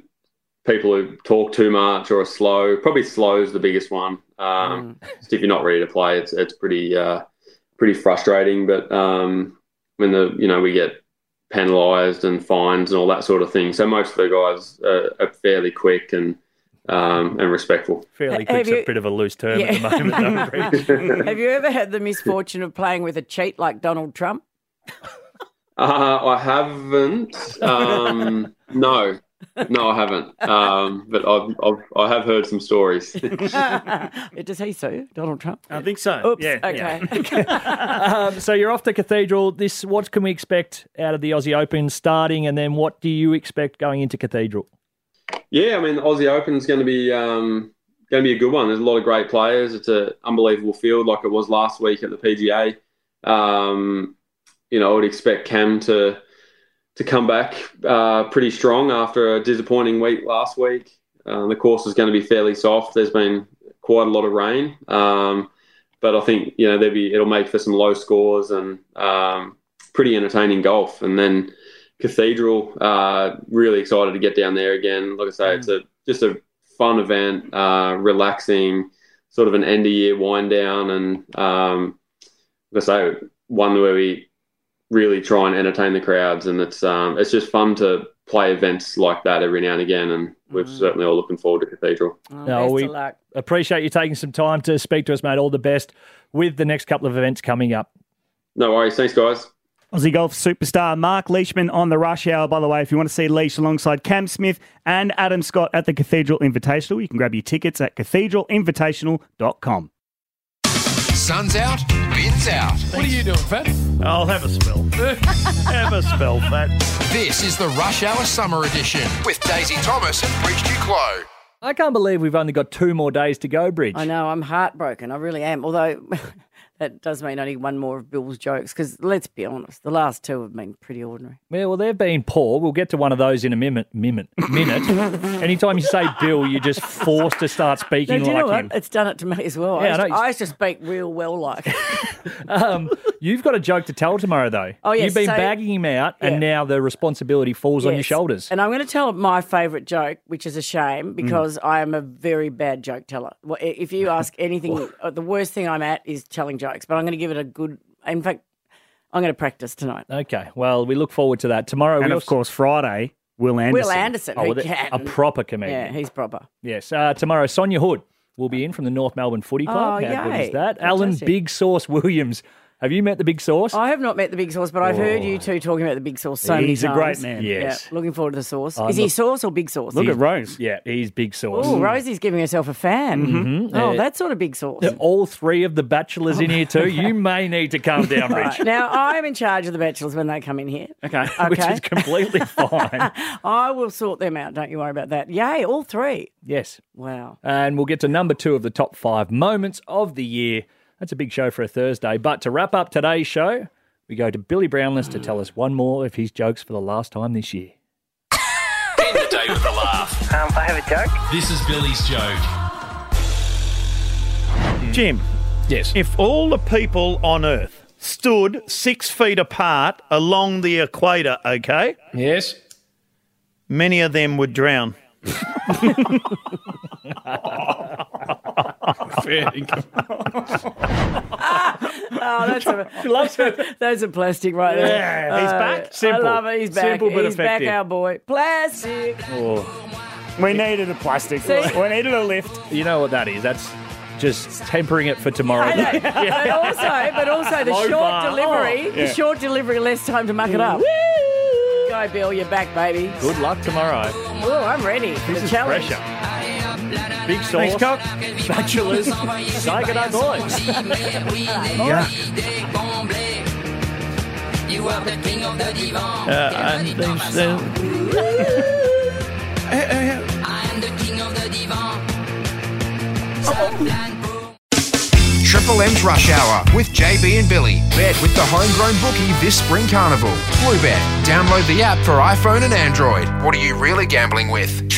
Speaker 10: people who talk too much or are slow. Probably slow is the biggest one. Um, just if you're not ready to play, it's it's pretty uh, pretty frustrating. But um, when the you know we get penalised and fines and all that sort of thing, so most of the guys are, are fairly quick and um, and respectful.
Speaker 7: Fairly
Speaker 5: Have quick's a you-
Speaker 7: bit of a loose term
Speaker 5: at Yeah. the
Speaker 7: moment.
Speaker 5: Have you ever had the misfortune of playing with a cheat like Donald Trump?
Speaker 10: Uh, I haven't. Um, no, no, I haven't. Um, but I've, I've, I have heard some stories.
Speaker 5: Does he so, Donald Trump?
Speaker 7: I think so.
Speaker 5: Oops.
Speaker 7: Yeah,
Speaker 5: okay.
Speaker 7: um, so you're off to Cathedral. This, what can we expect out of the Aussie Open starting, and then what do you expect going into Cathedral?
Speaker 10: Yeah, I mean, the Aussie Open's going to be um, going to be a good one. There's a lot of great players. It's an unbelievable field, like it was last week at the PGA. Um, you know, I would expect Cam to to come back uh, pretty strong after a disappointing week last week. Uh, the course is going to be fairly soft. There's been quite a lot of rain, um, but I think you know there'll be it'll make for some low scores and um, pretty entertaining golf. And then Cathedral, uh, really excited to get down there again. Like I say, it's a just a fun event, uh, relaxing, sort of an end of year wind down, and um, like I say, one where we really try and entertain the crowds, and it's um, it's just fun to play events like that every now and again, and we're certainly all looking forward to Cathedral.
Speaker 7: No, we appreciate you taking some time to speak to us, mate. All the best with the next couple of events coming up.
Speaker 10: No worries, thanks guys.
Speaker 9: Aussie golf superstar Mark Leishman on the rush hour. By the way, if you want to see Leish alongside Cam Smith and Adam Scott at the Cathedral Invitational, you can grab your tickets at cathederalinvitational.com.
Speaker 1: Sun's out, bins out. What are you doing, Fat?
Speaker 19: I'll have a spell. have a spell, Fat.
Speaker 1: This is the Rush Hour Summer Edition with Daisy Thomas and Bridge Duclos.
Speaker 7: I can't believe we've only got two more days to go, Bridge.
Speaker 5: I know, I'm heartbroken. I really am. Although that does mean only one more of Bill's jokes, because let's be honest, the last two have been pretty ordinary.
Speaker 7: Yeah, well, they've been poor. We'll get to one of those in a minute. minute. minute. Anytime you say Bill, you're just forced to start
Speaker 5: No,
Speaker 7: speaking
Speaker 5: do you know
Speaker 7: like
Speaker 5: what?
Speaker 7: him.
Speaker 5: It's done it to me as well. I,
Speaker 7: Yeah, I
Speaker 5: used to,
Speaker 7: know.
Speaker 5: I used to speak real well like.
Speaker 7: Um, you've got a joke to tell tomorrow, though.
Speaker 5: Oh, yes,
Speaker 7: You've been
Speaker 5: so-
Speaker 7: bagging him out,
Speaker 5: Yeah.
Speaker 7: and now the responsibility falls on your
Speaker 5: Yes.
Speaker 7: shoulders. Mm.
Speaker 5: And I'm going to tell my favourite joke, which is a shame because I am a very bad joke teller. Well, i- If you ask anything, uh, the worst thing I'm at is telling jokes, but I'm going to give it a good. In fact, I'm going to practice tonight.
Speaker 7: Okay. Well, we look forward to that tomorrow.
Speaker 5: And
Speaker 7: we
Speaker 5: of
Speaker 7: course,
Speaker 9: Friday, Will
Speaker 5: Anderson. Anderson, who
Speaker 7: the-
Speaker 5: can.
Speaker 7: a proper comedian.
Speaker 5: Yeah, he's proper.
Speaker 7: Yes. Uh, tomorrow, Sonia Hood will be in from the North Melbourne Footy Club.
Speaker 5: Oh,
Speaker 7: How good
Speaker 5: yay.
Speaker 7: is that? Alan
Speaker 5: Fantastic. Oh,
Speaker 7: Big Sauce Williams. Have you met the Big Sauce?
Speaker 5: I have not met the big sauce, but I've heard you two talking about the big sauce so many
Speaker 7: Oh. He's a
Speaker 5: times.
Speaker 7: great man. Yes.
Speaker 5: Yeah, looking forward to the sauce.
Speaker 7: I'm
Speaker 5: is he
Speaker 7: look-
Speaker 5: sauce or big sauce?
Speaker 7: He's-
Speaker 9: Rose.
Speaker 7: Yeah, he's Big Sauce.
Speaker 5: Oh, Rosie's giving herself a fan.
Speaker 7: Mhm.
Speaker 5: Oh,
Speaker 7: Uh,
Speaker 5: that's sort of big sauce.
Speaker 7: They're All three of the bachelors in here too. You may need to calm down, Rich.
Speaker 5: Now, I'm in charge of the bachelors when they come in here.
Speaker 7: Okay.
Speaker 5: Okay.
Speaker 7: Which is completely fine.
Speaker 5: I will sort them out. Don't you worry about that. Yay, all three.
Speaker 7: yes.
Speaker 5: Wow.
Speaker 7: And we'll get to number two of the top five moments of the year. That's a big show for a Thursday. But to wrap up today's show, we go to Billy Brownless to tell us one more of his jokes for the last time this year.
Speaker 3: End the day with a laugh. Um, I have a joke. This is Billy's joke.
Speaker 19: Jim.
Speaker 7: Yes.
Speaker 19: If all the people on Earth stood six feet apart along the equator, okay?
Speaker 18: Yes.
Speaker 19: Many of them would drown.
Speaker 18: Fair income.
Speaker 5: Oh, that's a,
Speaker 7: loves
Speaker 5: That's a plastic right there. Uh,
Speaker 19: Yeah, he's back.
Speaker 5: I
Speaker 19: Simple.
Speaker 5: love it. He's back.
Speaker 19: Simple but
Speaker 5: he's
Speaker 19: effective.
Speaker 5: back, our boy. Plastic.
Speaker 9: We needed a plastic.
Speaker 5: See?
Speaker 9: We needed a lift.
Speaker 7: You know what that is? That's just tempering it for tomorrow.
Speaker 5: I know. But also, but also the
Speaker 7: Low
Speaker 5: short
Speaker 7: bar.
Speaker 5: delivery.
Speaker 7: Yeah.
Speaker 5: The short delivery, less time to muck it up. Go, Bill. You're back, baby.
Speaker 7: Good luck tomorrow.
Speaker 5: Oh, I'm ready. for
Speaker 7: This
Speaker 5: the
Speaker 7: is
Speaker 5: challenge.
Speaker 7: pressure. Big
Speaker 19: Thanks,
Speaker 7: sauce.
Speaker 19: Cock.
Speaker 7: Bachelors. Sayonara, boys.
Speaker 19: Yeah.
Speaker 4: You are the king of the divan.
Speaker 19: Uh, and things, uh,
Speaker 4: I am the king of the divan.
Speaker 1: Triple M's Rush Hour with JB and Billy. Bet with the homegrown bookie this spring carnival. Bluebet. Download the app for iPhone and Android. What are you really gambling with?